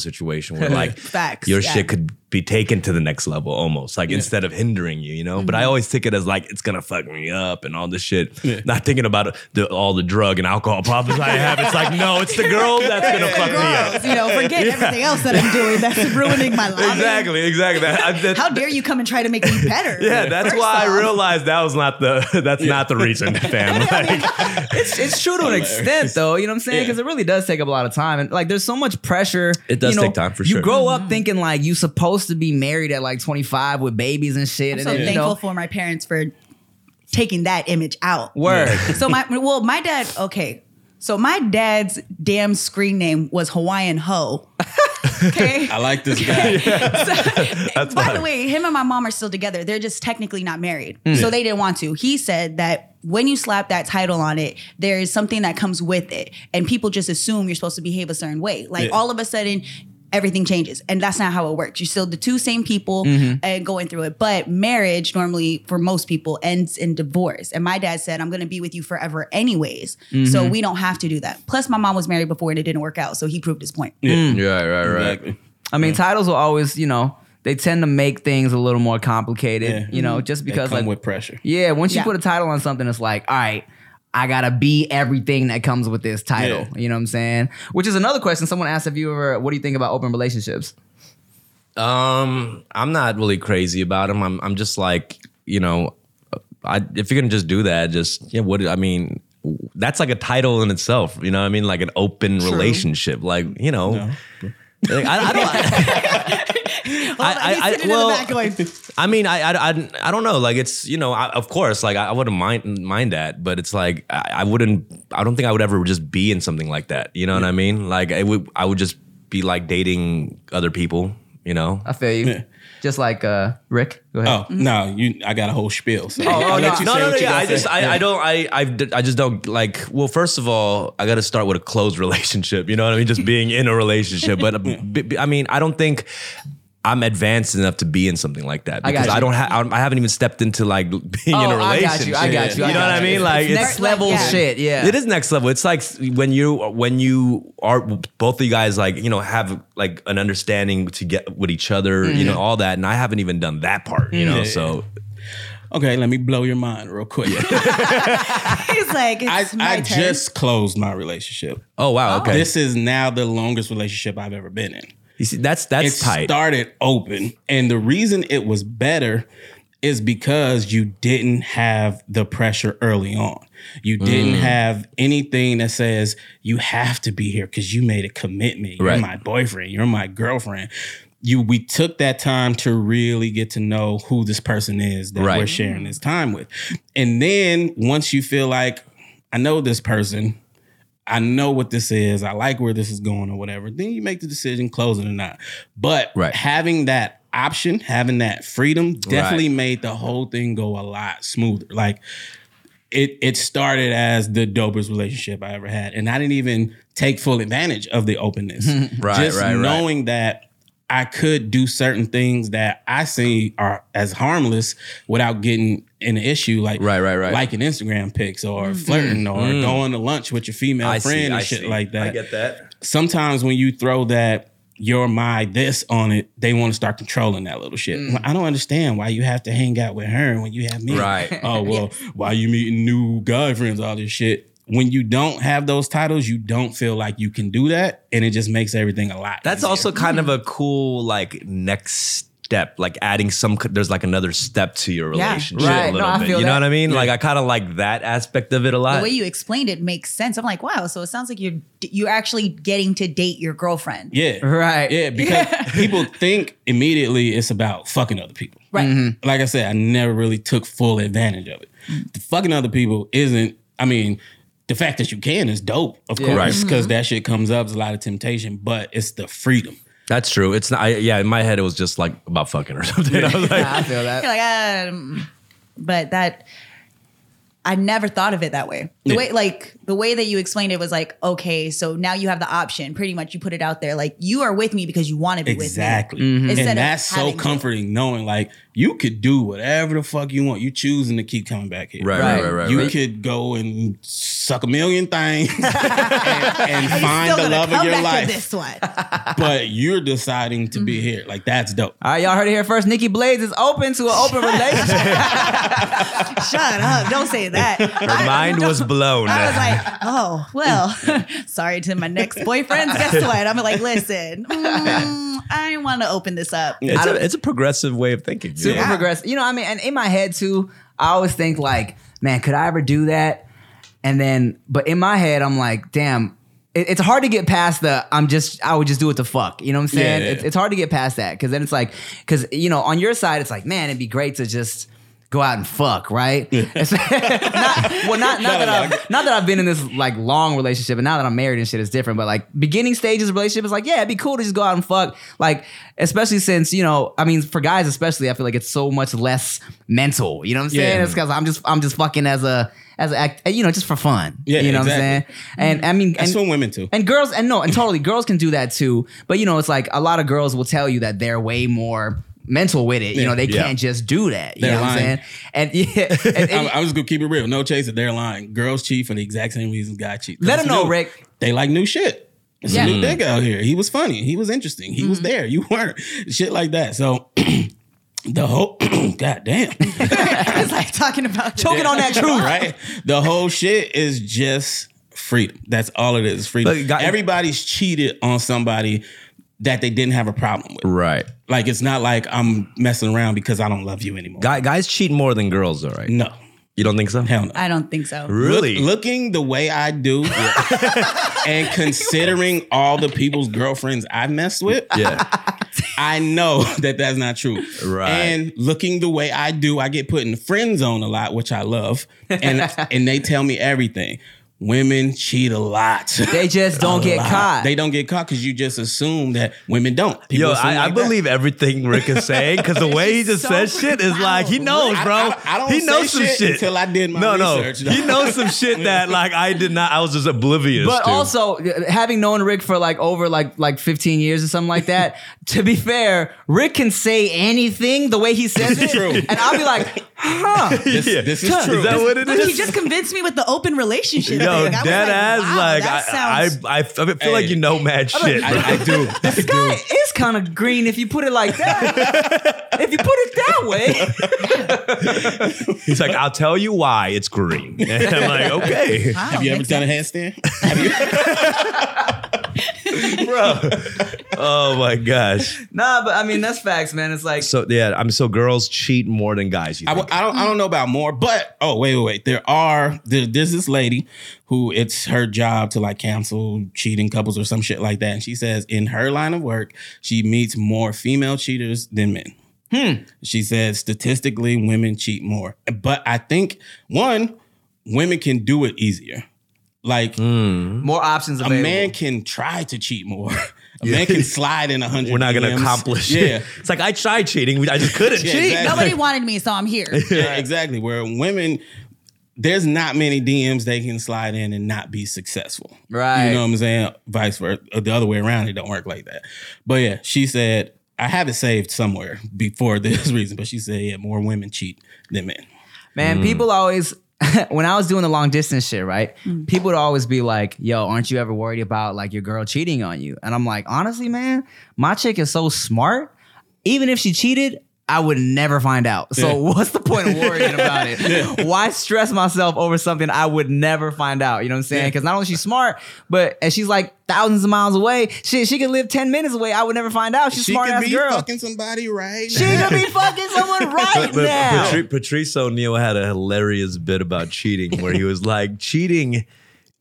[SPEAKER 4] situation where like
[SPEAKER 2] Facts.
[SPEAKER 4] your
[SPEAKER 2] yeah.
[SPEAKER 4] shit could be taken to the next level almost like instead of hindering you you know but
[SPEAKER 2] Mm-hmm.
[SPEAKER 4] i always take it as like it's gonna fuck me up and all this shit not thinking about the, all the drug and alcohol problems i have it's like no it's the girl that's gonna fuck me up
[SPEAKER 2] Girls, you know, forget everything else that I'm doing that's ruining my life.
[SPEAKER 4] exactly exactly That- I- that-
[SPEAKER 2] How dare you come and try to make me better?
[SPEAKER 4] yeah that's
[SPEAKER 2] First
[SPEAKER 4] why i
[SPEAKER 2] off.
[SPEAKER 4] realized that was not the that's not the reason fam like,
[SPEAKER 1] it's, it's true to an extent though you know what i'm saying because it really does take up a lot of time and like there's so much pressure
[SPEAKER 4] It does
[SPEAKER 1] you know,
[SPEAKER 4] take time, for
[SPEAKER 1] you
[SPEAKER 4] sure.
[SPEAKER 1] grow
[SPEAKER 2] Mm-hmm.
[SPEAKER 1] up thinking like you supposed to be married at like 25 with babies and shit and
[SPEAKER 2] so
[SPEAKER 1] then, you
[SPEAKER 2] thankful
[SPEAKER 1] know
[SPEAKER 2] for my parents for taking that image out.
[SPEAKER 1] word
[SPEAKER 2] So my well, my dad. Okay, so my dad's damn screen name was Hawaiian Ho. Okay.
[SPEAKER 3] I like this guy.
[SPEAKER 2] By the way, him and my mom are still together. They're just technically not married,
[SPEAKER 3] Hmm.
[SPEAKER 2] so they didn't want to. He said that. When you slap that title on it, there is something that comes with it, and people just assume you're supposed to behave a certain way. Like all of a sudden, everything changes, and that's not how it works. You're still the two same people
[SPEAKER 3] Mm-hmm.
[SPEAKER 2] and going through it. But marriage normally, for most people, ends in divorce. And my dad said, "I'm going to be with you forever, anyways,
[SPEAKER 3] Mm-hmm.
[SPEAKER 2] so we don't have to do that." Plus, my mom was married before, and it didn't work out, so he proved his point.
[SPEAKER 4] yeah right right
[SPEAKER 3] Exactly.
[SPEAKER 1] I mean, titles will always, you know, they tend to make things a little more complicated,
[SPEAKER 3] Yeah.
[SPEAKER 1] you know, just
[SPEAKER 3] They
[SPEAKER 1] because,
[SPEAKER 3] come
[SPEAKER 1] like,
[SPEAKER 3] with pressure.
[SPEAKER 1] yeah, once you
[SPEAKER 2] Mm-hmm. Yeah.
[SPEAKER 1] put a title on something, it's like, all right, I gotta be everything that comes with this title.
[SPEAKER 3] Yeah.
[SPEAKER 1] You know what I'm saying? Which is another question. Someone asked if you ever, what do you think about open relationships?
[SPEAKER 4] Um, I'm not really crazy about them. I'm I'm just like you know, I if you're gonna just do that, just yeah. What I mean, that's like a title in itself. You know, what I mean, like an open relationship. Like you know, like, I, I don't.
[SPEAKER 2] Hold on,
[SPEAKER 4] I-
[SPEAKER 2] he's
[SPEAKER 4] I-
[SPEAKER 2] sitting
[SPEAKER 4] well,
[SPEAKER 2] in the back going,
[SPEAKER 4] I mean, I, I, I, I don't know. Like, it's you know, I, of course, like I, I wouldn't mind mind that, but it's like I, I wouldn't. I don't think I would ever just be in something like that. You know what I mean? Like, it would. I would just be like dating other people. You know,
[SPEAKER 1] I feel you.
[SPEAKER 3] Yeah.
[SPEAKER 1] Just like uh, Rick, go ahead.
[SPEAKER 3] Oh
[SPEAKER 2] Mm-hmm.
[SPEAKER 3] no, you! I got a whole spiel. So
[SPEAKER 1] oh,
[SPEAKER 3] I'll
[SPEAKER 1] no,
[SPEAKER 3] let you
[SPEAKER 4] no,
[SPEAKER 3] say
[SPEAKER 4] no, no.
[SPEAKER 3] what you
[SPEAKER 4] Yeah,
[SPEAKER 3] gotta
[SPEAKER 4] I just,
[SPEAKER 3] say.
[SPEAKER 4] I, I don't, I, I, I just don't like. Well, first of all, I got to start with a closed relationship. You know what I mean? Just being in a relationship, but uh, b- b- I mean, I don't think. I'm advanced enough to be in something like that
[SPEAKER 1] I got
[SPEAKER 4] because I,
[SPEAKER 1] you. Oh,
[SPEAKER 4] don't have I haven't even stepped into like being in a
[SPEAKER 1] I got
[SPEAKER 4] relationship.
[SPEAKER 1] you. I got you. I
[SPEAKER 4] You know
[SPEAKER 1] got
[SPEAKER 4] what I mean? Like
[SPEAKER 1] it's
[SPEAKER 4] it's,
[SPEAKER 1] next level
[SPEAKER 2] Yeah.
[SPEAKER 1] shit. Yeah.
[SPEAKER 4] it is next level. It's like when you when you are both of you guys like you know have like an understanding to get with each other.
[SPEAKER 1] Mm-hmm.
[SPEAKER 4] You know all that, and I haven't even done that part. You know,
[SPEAKER 3] Yeah.
[SPEAKER 4] so
[SPEAKER 3] Okay, let me blow your mind real quick.
[SPEAKER 2] he's like,
[SPEAKER 3] I,
[SPEAKER 2] it's my
[SPEAKER 3] I
[SPEAKER 2] turn.
[SPEAKER 3] just closed my relationship.
[SPEAKER 4] oh wow, okay.
[SPEAKER 3] This is now the longest relationship I've ever been in.
[SPEAKER 4] You see, that's that's
[SPEAKER 3] it
[SPEAKER 4] tight.
[SPEAKER 3] started open. And the reason it was better is because you didn't have the pressure early on. You
[SPEAKER 4] Mm.
[SPEAKER 3] didn't have anything that says you have to be here because you made a commitment. You're
[SPEAKER 4] Right.
[SPEAKER 3] my boyfriend. You're my girlfriend. You we took that time to really get to know who this person is that
[SPEAKER 4] Right.
[SPEAKER 3] we're sharing this time with. And then once you feel like I know this person, I know what this is. I like where this is going or whatever. Then you make the decision, close it or not. But
[SPEAKER 4] Right.
[SPEAKER 3] having that option, having that freedom definitely made the whole thing go a lot smoother. Like it it started as the dopest relationship I ever had. And I didn't even take full advantage of the openness.
[SPEAKER 4] Right,
[SPEAKER 3] Just
[SPEAKER 4] right, right.
[SPEAKER 3] knowing that I could do certain things that I see are as harmless without getting an issue like
[SPEAKER 4] Right, right, right. Mm.
[SPEAKER 3] liking Instagram pics or flirting or going to lunch with your female
[SPEAKER 4] I see,
[SPEAKER 3] friend
[SPEAKER 4] I
[SPEAKER 3] and shit
[SPEAKER 4] see.
[SPEAKER 3] like that.
[SPEAKER 4] I get that.
[SPEAKER 3] Sometimes when you throw that your my this on it, they want to start controlling that little shit.
[SPEAKER 4] Mm.
[SPEAKER 3] Well, I don't understand why you have to hang out with her when you have me.
[SPEAKER 4] Right.
[SPEAKER 3] Oh well, why you meeting new guy friends, all this shit. When you don't have those titles, you don't feel like you can do that, and it just makes everything a lot.
[SPEAKER 4] That's
[SPEAKER 3] easier.
[SPEAKER 4] also kind of a cool like next step, like adding some. There's like another step to your
[SPEAKER 2] Yeah.
[SPEAKER 4] relationship
[SPEAKER 1] Right.
[SPEAKER 4] a
[SPEAKER 1] No,
[SPEAKER 4] little
[SPEAKER 1] I
[SPEAKER 4] bit.
[SPEAKER 1] feel
[SPEAKER 4] You
[SPEAKER 1] that.
[SPEAKER 4] know what I mean? Like I kind of like that aspect of it a lot.
[SPEAKER 3] Uh,
[SPEAKER 2] the way you explained it makes sense. I'm like, wow. So it sounds like you're you're actually getting to date your girlfriend.
[SPEAKER 3] Yeah.
[SPEAKER 1] Right.
[SPEAKER 3] Yeah, because people think immediately it's about fucking other people.
[SPEAKER 2] Right.
[SPEAKER 3] Like I said, I never really took full advantage of it. The fucking other people isn't, I mean, the fact that you can is dope, of
[SPEAKER 1] Yeah.
[SPEAKER 4] Right.
[SPEAKER 3] course,
[SPEAKER 2] Mm-hmm.
[SPEAKER 3] because that shit comes up. There's a lot of temptation, but it's the freedom.
[SPEAKER 4] That's true. It's not. I, yeah, in my head it was just like about fucking or something. I was like,
[SPEAKER 1] Nah, I feel that.
[SPEAKER 2] You're like, um, but that I never thought of it that way. The
[SPEAKER 3] Yeah.
[SPEAKER 2] way like the way that you explained it was like, okay, so now you have the option. Pretty much, you put it out there like you are with me because you want to be
[SPEAKER 3] Exactly.
[SPEAKER 2] with me. Instead
[SPEAKER 3] And
[SPEAKER 2] of
[SPEAKER 3] that's so
[SPEAKER 2] having to.
[SPEAKER 3] comforting knowing like you could do whatever the fuck you want. You choosing to keep coming back here.
[SPEAKER 4] right, right,
[SPEAKER 1] Right.
[SPEAKER 4] right, right.
[SPEAKER 3] you
[SPEAKER 4] right.
[SPEAKER 3] could go and suck a million things and, and
[SPEAKER 2] Are you
[SPEAKER 3] find
[SPEAKER 2] still
[SPEAKER 3] the
[SPEAKER 2] gonna
[SPEAKER 3] love of
[SPEAKER 2] come
[SPEAKER 3] your
[SPEAKER 2] back
[SPEAKER 3] life,
[SPEAKER 2] To this Mm-hmm. one.
[SPEAKER 3] but you're deciding to be here. Like that's dope.
[SPEAKER 1] All right, y'all heard it here first. Nikki Blades is open to an open relationship.
[SPEAKER 2] Shut up! Don't say that.
[SPEAKER 4] Her mind was blown.
[SPEAKER 2] I was like, oh, well, sorry to my next boyfriends. Guess what? I'm like, listen, mm, I want to open this up.
[SPEAKER 4] it's, a, it's a progressive way of thinking.
[SPEAKER 1] Super
[SPEAKER 4] Yeah.
[SPEAKER 1] progressive. You know, I mean, and in my head too, I always think like, man, could I ever do that? And then, but in my head, I'm like, damn, it, it's hard to get past the. I'm just, I would just do what the fuck. You know what I'm saying?
[SPEAKER 3] Yeah.
[SPEAKER 1] It's, it's hard to get past that because then it's like, because you know, on your side, it's like, man, it'd be great to just. Go out and fuck, right? It's- not, well, not not that I've not that I've been in this like long relationship, and now that I'm married and shit is different. But like beginning stages of relationship is like, yeah, it'd be cool to just go out and fuck. Like, especially since you know, I mean, for guys especially, I feel like it's so much less mental. You know what I'm saying?
[SPEAKER 3] Yeah.
[SPEAKER 1] It's because I'm just I'm just fucking as a as a act, you know, just for fun.
[SPEAKER 3] Yeah,
[SPEAKER 1] you know
[SPEAKER 3] exactly.
[SPEAKER 1] what I'm saying? And I mean,
[SPEAKER 3] That's
[SPEAKER 1] and,
[SPEAKER 3] for women too.
[SPEAKER 1] and girls, and no, and totally, girls can do that too. But you know, it's like a lot of girls will tell you that they're way more mental with it. You
[SPEAKER 3] Yeah.
[SPEAKER 1] know, they
[SPEAKER 4] Yeah.
[SPEAKER 1] can't just do that. You
[SPEAKER 3] They're
[SPEAKER 1] know what I'm saying?
[SPEAKER 3] lying.
[SPEAKER 1] And yeah, and- and-
[SPEAKER 3] I'm, I'm just gonna keep it real. No chasing. They're lying. Girls cheat for the exact same reasons guy cheat.
[SPEAKER 1] Let 'em
[SPEAKER 3] That's
[SPEAKER 1] know,
[SPEAKER 3] new.
[SPEAKER 1] Rick.
[SPEAKER 3] They like new shit. It's
[SPEAKER 2] Yeah.
[SPEAKER 3] a new dick out here. He was funny. He was interesting. He was
[SPEAKER 1] Mm-hmm.
[SPEAKER 3] there. You weren't. Shit like that. So the whole god damn.
[SPEAKER 2] it's like talking about
[SPEAKER 1] Choking on that truth.
[SPEAKER 3] right? The whole shit is just freedom. That's all it is. Freedom.
[SPEAKER 4] But God-
[SPEAKER 3] Everybody's cheated on somebody that they didn't have a problem with.
[SPEAKER 4] Right.
[SPEAKER 3] Like it's not like I'm messing around because I don't love you anymore.
[SPEAKER 4] Guy, guys cheat more than girls, though, right?
[SPEAKER 3] no,
[SPEAKER 4] You don't think so?
[SPEAKER 3] hell no.
[SPEAKER 2] I don't think so.
[SPEAKER 4] Really?
[SPEAKER 3] Look- looking the way I do, and considering all the people's girlfriends I've messed with,
[SPEAKER 4] yeah.
[SPEAKER 3] I know that that's not true.
[SPEAKER 4] Right.
[SPEAKER 3] And looking the way I do, I get put in the friend zone a lot, which I love, and and they tell me everything. Women cheat a lot.
[SPEAKER 1] They just don't
[SPEAKER 3] A
[SPEAKER 1] get
[SPEAKER 3] lot.
[SPEAKER 1] caught.
[SPEAKER 3] They don't get caught because you just assume that women don't. People
[SPEAKER 4] Yo,
[SPEAKER 3] assume
[SPEAKER 4] I, I
[SPEAKER 3] like that.
[SPEAKER 4] believe everything Rick is saying because the way he
[SPEAKER 2] She's
[SPEAKER 4] just
[SPEAKER 2] so
[SPEAKER 4] says shit is like he knows,
[SPEAKER 3] I-
[SPEAKER 4] bro.
[SPEAKER 3] I- I don't
[SPEAKER 4] he
[SPEAKER 3] say
[SPEAKER 4] knows some
[SPEAKER 3] shit
[SPEAKER 4] shit,
[SPEAKER 3] until I did my
[SPEAKER 4] no,
[SPEAKER 3] research,
[SPEAKER 4] No,
[SPEAKER 3] though.
[SPEAKER 4] he knows some shit that like I did not. I was just oblivious.
[SPEAKER 1] But
[SPEAKER 4] to.
[SPEAKER 1] also, uh, having known Rick for like over like like 15 years or something like that, to be fair, Rick can say anything the way he says it,
[SPEAKER 3] True.
[SPEAKER 1] and I'll be like, huh?
[SPEAKER 3] this,
[SPEAKER 4] Yeah.
[SPEAKER 3] this is true.
[SPEAKER 4] Is that what it
[SPEAKER 2] Look,
[SPEAKER 4] is?
[SPEAKER 2] he just convinced me with the open relationship.
[SPEAKER 4] Yo,
[SPEAKER 2] thing. I was
[SPEAKER 4] dead ass.
[SPEAKER 2] wow,
[SPEAKER 4] like
[SPEAKER 2] that
[SPEAKER 4] I,
[SPEAKER 2] sounds-
[SPEAKER 4] I, I, I feel like
[SPEAKER 3] Hey.
[SPEAKER 4] you know mad shit. bro.
[SPEAKER 3] I, I do.
[SPEAKER 1] This guy is kind of green if you put it like that. if you put it that way,
[SPEAKER 4] He's like, I'll tell you why it's green. And I'm like, okay,
[SPEAKER 2] Wow,
[SPEAKER 3] Have you ever
[SPEAKER 2] makes
[SPEAKER 3] done a
[SPEAKER 2] sense.
[SPEAKER 3] handstand? Have you?
[SPEAKER 4] bro. Oh my gosh.
[SPEAKER 1] nah. But I mean, that's facts, man. It's like
[SPEAKER 4] So yeah, I'm so girls cheat more than guys. You
[SPEAKER 3] I,
[SPEAKER 4] think?
[SPEAKER 3] w- I don't. I don't know about more, but oh wait, wait, wait. There are there, there's this lady who it's her job to like cancel cheating couples or some shit like that, and she says in her line of work she meets more female cheaters than men.
[SPEAKER 4] Hmm.
[SPEAKER 3] She says statistically women cheat more, but I think one women can do it easier. Like
[SPEAKER 1] more options
[SPEAKER 3] a
[SPEAKER 4] Mm.
[SPEAKER 1] available.
[SPEAKER 3] man can try to cheat more. A man can slide in a hundred.
[SPEAKER 4] We're not gonna
[SPEAKER 3] DMs.
[SPEAKER 4] accomplish
[SPEAKER 3] Yeah.
[SPEAKER 4] it. It's like I tried cheating, I just couldn't
[SPEAKER 3] Yeah,
[SPEAKER 4] cheat.
[SPEAKER 3] exactly.
[SPEAKER 2] Nobody wanted me, so I'm here.
[SPEAKER 3] Yeah, exactly. Where women, there's not many DMs they can slide in and not be successful.
[SPEAKER 1] Right.
[SPEAKER 3] You know what I'm saying? Vice versa. The other way around, it don't work like that. But yeah, she said, I have it saved somewhere before this reason, but she said, yeah, more women cheat than men.
[SPEAKER 1] Man,
[SPEAKER 3] Mm.
[SPEAKER 1] people always when I was doing the long distance shit, right? People would always be like, "Yo, aren't you ever worried about like your girl cheating on you?" And I'm like, "Honestly, man, my chick is so smart. Even if she cheated, I would never find out. So
[SPEAKER 3] Yeah.
[SPEAKER 1] what's the point of worrying about it? Why stress myself over something I would never find out? You know what I'm saying? Because not only she's smart, but and she's like thousands of miles away. She she could live ten minutes away. I would never find out. She's a
[SPEAKER 3] She
[SPEAKER 1] smart
[SPEAKER 3] could
[SPEAKER 1] ass
[SPEAKER 3] be
[SPEAKER 1] girl.
[SPEAKER 3] fucking somebody right
[SPEAKER 1] she
[SPEAKER 3] now.
[SPEAKER 1] could be fucking someone right
[SPEAKER 4] But- but
[SPEAKER 1] now.
[SPEAKER 4] Patri- Patrice O'Neill had a hilarious bit about cheating where he was like, cheating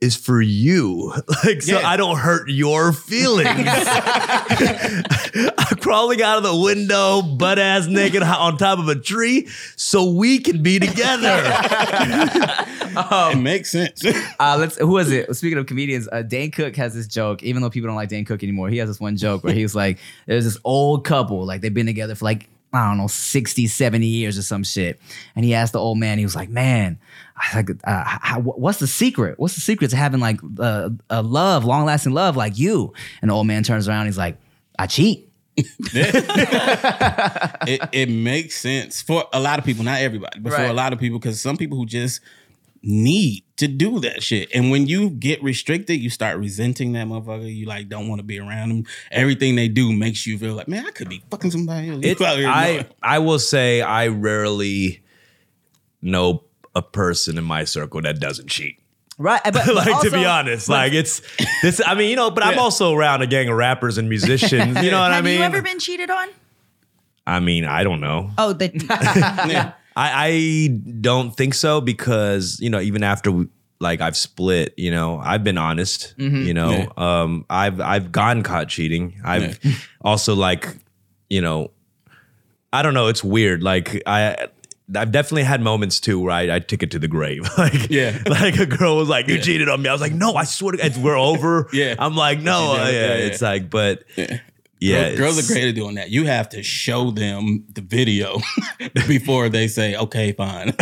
[SPEAKER 4] is for you. Like, so
[SPEAKER 3] Yeah.
[SPEAKER 4] I don't hurt your feelings. I'm crawling out of the window, butt ass naked ho- on top of a tree, so we can be together.
[SPEAKER 3] It makes sense.
[SPEAKER 1] Uh, let's. Who is it? Speaking of comedians, uh, Dane Cook has this joke. Even though people don't like Dane Cook anymore, he has this one joke where he's like, "There's this old couple, like they've been together for like I don't know, 60, 70 years or some shit." And he asked the old man, he was like, "Man, I, like, uh, how, what's the secret? What's the secret to having like uh, a love, long lasting love like you?" And the old man turns around, he's like, "I cheat."
[SPEAKER 3] it, it makes sense for a lot of people, not everybody, but for
[SPEAKER 1] Right.
[SPEAKER 3] a lot of people, because some people who just need to do that shit. And when you get restricted, you start resenting that motherfucker. You like don't want to be around them. Everything they do makes you feel like, man, I could be fucking somebody else.
[SPEAKER 4] It's,
[SPEAKER 3] You out here
[SPEAKER 4] I,
[SPEAKER 3] knowing.
[SPEAKER 4] I will say, I rarely know a person in my circle that doesn't cheat.
[SPEAKER 1] Right, but, but
[SPEAKER 4] like to be
[SPEAKER 1] also-
[SPEAKER 4] honest, like it's this. I mean, you know, but I'm also around a gang of rappers and musicians. You know what I
[SPEAKER 2] Have
[SPEAKER 4] mean?
[SPEAKER 2] you ever been cheated on?
[SPEAKER 4] I mean, I don't know.
[SPEAKER 2] Oh, the
[SPEAKER 3] Yeah.
[SPEAKER 4] I, I don't think so because you know even after we, like I've split, you know I've been honest.
[SPEAKER 3] Mm-hmm.
[SPEAKER 4] You know, um, I've I've gone caught cheating. I've also like you know I don't know. It's weird. Like I. I've definitely had moments too where I, I took it to the grave. Like,
[SPEAKER 3] Yeah.
[SPEAKER 4] like a girl was like, "You cheated on me." I was like, "No, I swear to God, we're over."
[SPEAKER 3] Yeah.
[SPEAKER 4] I'm like, "No,
[SPEAKER 3] Yeah,
[SPEAKER 4] uh, yeah,
[SPEAKER 3] yeah, yeah.
[SPEAKER 4] It's like, but yeah,
[SPEAKER 3] Girl-
[SPEAKER 4] it's-
[SPEAKER 3] girls are great at doing that. You have to show them the video before they say, okay, fine.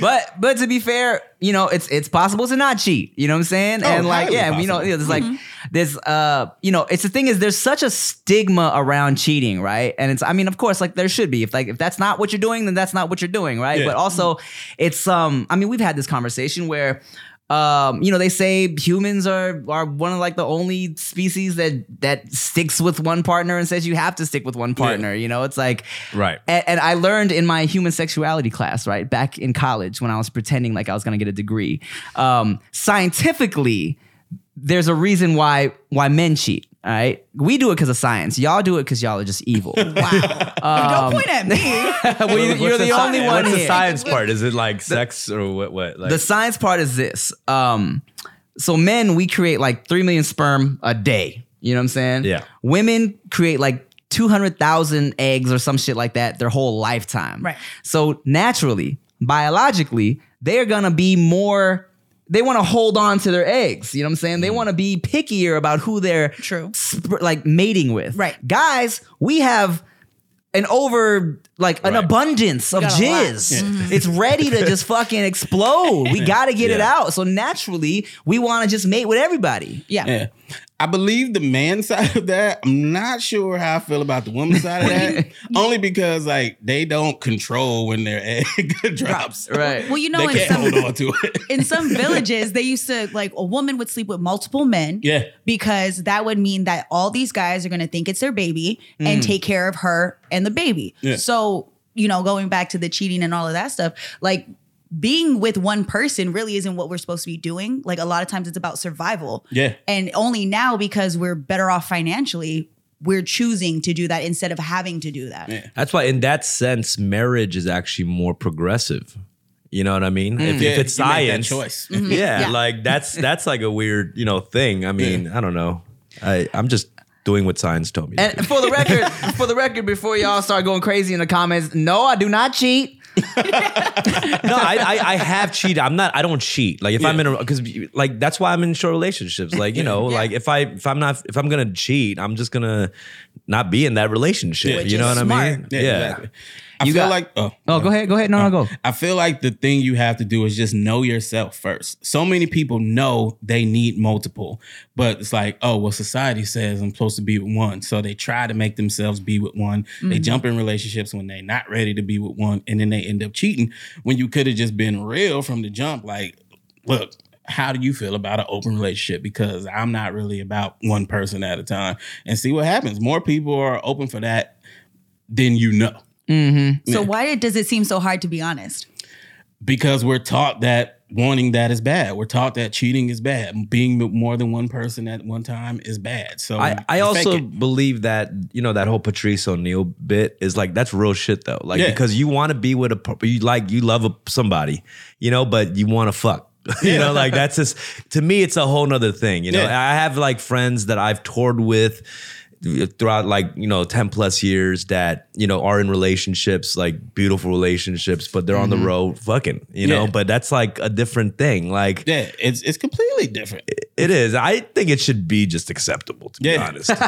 [SPEAKER 1] But but to be fair, you know, it's it's possible to not cheat. You know what I'm saying?
[SPEAKER 3] Oh,
[SPEAKER 1] and like,
[SPEAKER 3] highly
[SPEAKER 1] yeah, you know,
[SPEAKER 3] possible.
[SPEAKER 1] it's like there's uh, you know, it's the thing is there's such a stigma around cheating, right? And it's I mean, of course, like there should be. If like if that's not what you're doing, then that's not what you're doing, right?
[SPEAKER 3] Yeah.
[SPEAKER 1] But also it's um, I mean, we've had this conversation where um, you know, they say humans are are one of like the only species that that sticks with one partner and says you have to stick with one partner. You know, it's like
[SPEAKER 4] Right.
[SPEAKER 1] and, and I learned in my human sexuality class, right, back in college when I was pretending like I was going to get a degree. Um, scientifically, there's a reason why why men cheat. All right, we do it because of science. Y'all do it because y'all are just evil.
[SPEAKER 2] wow.
[SPEAKER 4] Um,
[SPEAKER 2] Don't point at me.
[SPEAKER 1] well, you,
[SPEAKER 4] What's
[SPEAKER 1] you're the, only
[SPEAKER 4] sci-
[SPEAKER 1] one
[SPEAKER 4] What's the
[SPEAKER 1] here.
[SPEAKER 4] science part? Is it like sex or what? What? Like,
[SPEAKER 1] the science part is this. Um, so men, we create like three million sperm a day. You know what I'm saying?
[SPEAKER 4] Yeah.
[SPEAKER 1] Women create like two hundred thousand eggs or some shit like that their whole lifetime.
[SPEAKER 2] Right.
[SPEAKER 1] So naturally, biologically, they're gonna be more. They want to hold on to their eggs. You know what I'm saying?
[SPEAKER 4] Mm-hmm.
[SPEAKER 1] They want to be pickier about who they're
[SPEAKER 2] True.
[SPEAKER 1] sp- like mating with.
[SPEAKER 2] Right.
[SPEAKER 1] Guys, we have an over like an
[SPEAKER 4] Right.
[SPEAKER 1] abundance of
[SPEAKER 2] got a lot.
[SPEAKER 1] jizz. It's ready to just fucking explode. We got to get it
[SPEAKER 4] Yeah.
[SPEAKER 1] out. So naturally, we want to just mate with everybody.
[SPEAKER 2] Yeah.
[SPEAKER 3] Yeah. I believe the man side of that. I'm not sure how I feel about the woman side of that. Only because like they don't control when their egg drops.
[SPEAKER 1] Right.
[SPEAKER 2] Well, you know,
[SPEAKER 3] They
[SPEAKER 2] in
[SPEAKER 3] can't hold
[SPEAKER 2] some
[SPEAKER 3] on to it.
[SPEAKER 2] in some villages, they used to like a woman would sleep with multiple men.
[SPEAKER 3] Yeah.
[SPEAKER 2] Because that would mean that all these guys are going to think it's their baby and take care of her and the baby.
[SPEAKER 3] Mm. Yeah.
[SPEAKER 2] So, you know, going back to the cheating and all of that stuff, like being with one person really isn't what we're supposed to be doing. Like a lot of times it's about survival.
[SPEAKER 3] Yeah.
[SPEAKER 2] And only now because we're better off financially, we're choosing to do that instead of having to do that.
[SPEAKER 4] That's why, in that sense, marriage is actually more progressive. You know what I mean? If,
[SPEAKER 3] Mm. Yeah,
[SPEAKER 4] if it's
[SPEAKER 3] you make that
[SPEAKER 4] science,
[SPEAKER 3] choice.
[SPEAKER 4] Mm-hmm. Yeah,
[SPEAKER 2] Yeah.
[SPEAKER 4] like that's that's like a weird you know thing. I mean, I don't know. I I'm just doing what science told me. to do.
[SPEAKER 1] And for the record, for the record, before y'all start going crazy in the comments, no, I do not cheat.
[SPEAKER 4] no, I, I I have cheated. I'm not. I don't cheat. Like if I'm in a because like that's why I'm in short relationships. Like you know, like if I if I'm not if I'm gonna cheat, I'm just gonna not be in that relationship.
[SPEAKER 3] Yeah.
[SPEAKER 4] You know what
[SPEAKER 2] Which is
[SPEAKER 4] I mean?
[SPEAKER 2] smart.
[SPEAKER 3] Yeah. Exactly. I
[SPEAKER 1] You
[SPEAKER 3] feel
[SPEAKER 1] got-
[SPEAKER 3] like oh,
[SPEAKER 1] Oh, go ahead, go ahead. No, no, go.
[SPEAKER 3] I feel like the thing you have to do is just know yourself first. So many people know they need multiple, but it's like, oh, well, society says I'm supposed to be with one. So they try to make themselves be with one. They jump in relationships when they're not ready to be with one, and then they end up cheating when you could have just been real from the jump. Like, look, how do you feel about an open relationship? Because I'm not really about one person at a time and see what happens. More people are open for that than you know.
[SPEAKER 2] So why it- does it seem so hard to be honest?
[SPEAKER 3] because we're taught that wanting that is bad. We're taught that cheating is bad. Being more than one person at one time is bad. So
[SPEAKER 4] I, I
[SPEAKER 3] you fake
[SPEAKER 4] also
[SPEAKER 3] it.
[SPEAKER 4] believe that you know that whole Patrice O'Neill bit is like that's real shit though. Like
[SPEAKER 3] Yeah.
[SPEAKER 4] because you want to be with a per- you like you love a, somebody, you know, but you want to fuck. you know, like that's just to me, it's a whole nother thing. You know,
[SPEAKER 3] Yeah.
[SPEAKER 4] I have like friends that I've toured with throughout like you know 10 plus years that you know are in relationships like beautiful relationships but they're on the road fucking you know
[SPEAKER 3] Mm-hmm. Yeah.
[SPEAKER 4] but that's like a different thing like
[SPEAKER 3] yeah, it's it's completely different.
[SPEAKER 4] it is i think it should be just acceptable to be
[SPEAKER 3] Yeah.
[SPEAKER 4] honest I,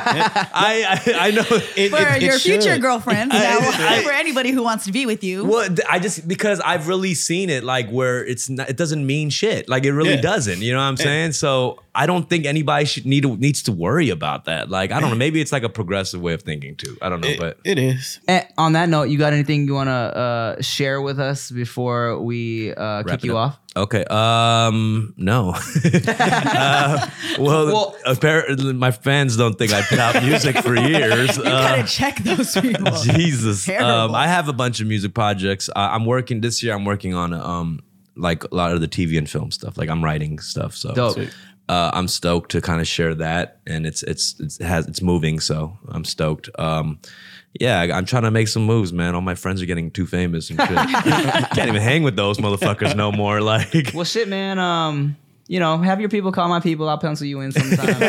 [SPEAKER 4] I i know
[SPEAKER 3] It-
[SPEAKER 2] For
[SPEAKER 3] it- it
[SPEAKER 2] your future
[SPEAKER 3] should.
[SPEAKER 2] girlfriends,
[SPEAKER 4] I-
[SPEAKER 2] now, for anybody who wants to be with you.
[SPEAKER 4] Well, th- I just because I've really seen it like where it's not, it doesn't mean shit. Like it really
[SPEAKER 3] Yeah.
[SPEAKER 4] doesn't. You know what I'm saying? So I don't think anybody should need to, needs to worry about that. Like I don't know. Maybe it's like a progressive way of thinking too. I don't know, but
[SPEAKER 3] It is.
[SPEAKER 1] And on that note, you got anything you want to uh, share with us before we uh,
[SPEAKER 4] Wrap
[SPEAKER 1] kick
[SPEAKER 4] it
[SPEAKER 1] you
[SPEAKER 4] up.
[SPEAKER 1] off?
[SPEAKER 4] Okay. Um. No. Uh, well,
[SPEAKER 1] Well-
[SPEAKER 4] apparently my fans don't think I put out music for years.
[SPEAKER 2] you
[SPEAKER 4] Uh,
[SPEAKER 2] gotta check those people.
[SPEAKER 4] Jesus. Um,
[SPEAKER 2] Terrible.
[SPEAKER 4] I have a bunch of music projects. I, I'm working this year. I'm working on um like a lot of the TV and film stuff. Like I'm writing stuff. So
[SPEAKER 1] Dope.
[SPEAKER 4] Sweet. Uh, I'm stoked to kind of share that, and it's it's it's has it's moving. So I'm stoked. Um, yeah, I, I'm trying to make some moves, man. All my friends are getting too famous and shit. Can't even hang with those motherfuckers no more. Like,
[SPEAKER 1] Well, shit, man. Um, you know, have your people call my people. I'll pencil you in sometime.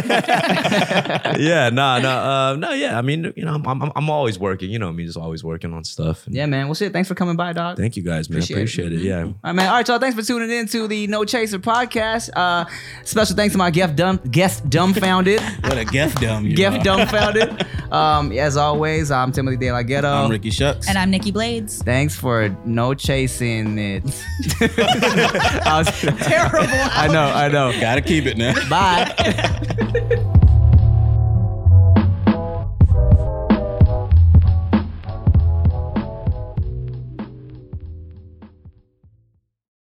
[SPEAKER 4] yeah, no, no, uh, no, yeah. I mean, you know, I'm, I'm I'm always working. You know, me just always working on stuff. And
[SPEAKER 1] yeah, man. Well, shit. Thanks for coming by, dog.
[SPEAKER 4] Thank you guys, man.
[SPEAKER 1] Appreciate it.
[SPEAKER 4] Appreciate, it. Yeah.
[SPEAKER 1] All right, man. All right, y'all. Thanks for tuning in to the No Chaser podcast. Uh, special thanks to my guest, dumb, guest dumbfounded,
[SPEAKER 3] What a gift dumb you
[SPEAKER 1] guest
[SPEAKER 3] are.
[SPEAKER 1] dumbfounded. Um, as always, I'm Timothy De La Ghetto.
[SPEAKER 3] I'm Ricky Shucks.
[SPEAKER 2] And I'm Nikki Blades.
[SPEAKER 1] Thanks for no chasing it. I was-
[SPEAKER 2] Terrible.
[SPEAKER 1] I know. I know.
[SPEAKER 3] Gotta keep it now.
[SPEAKER 1] Bye.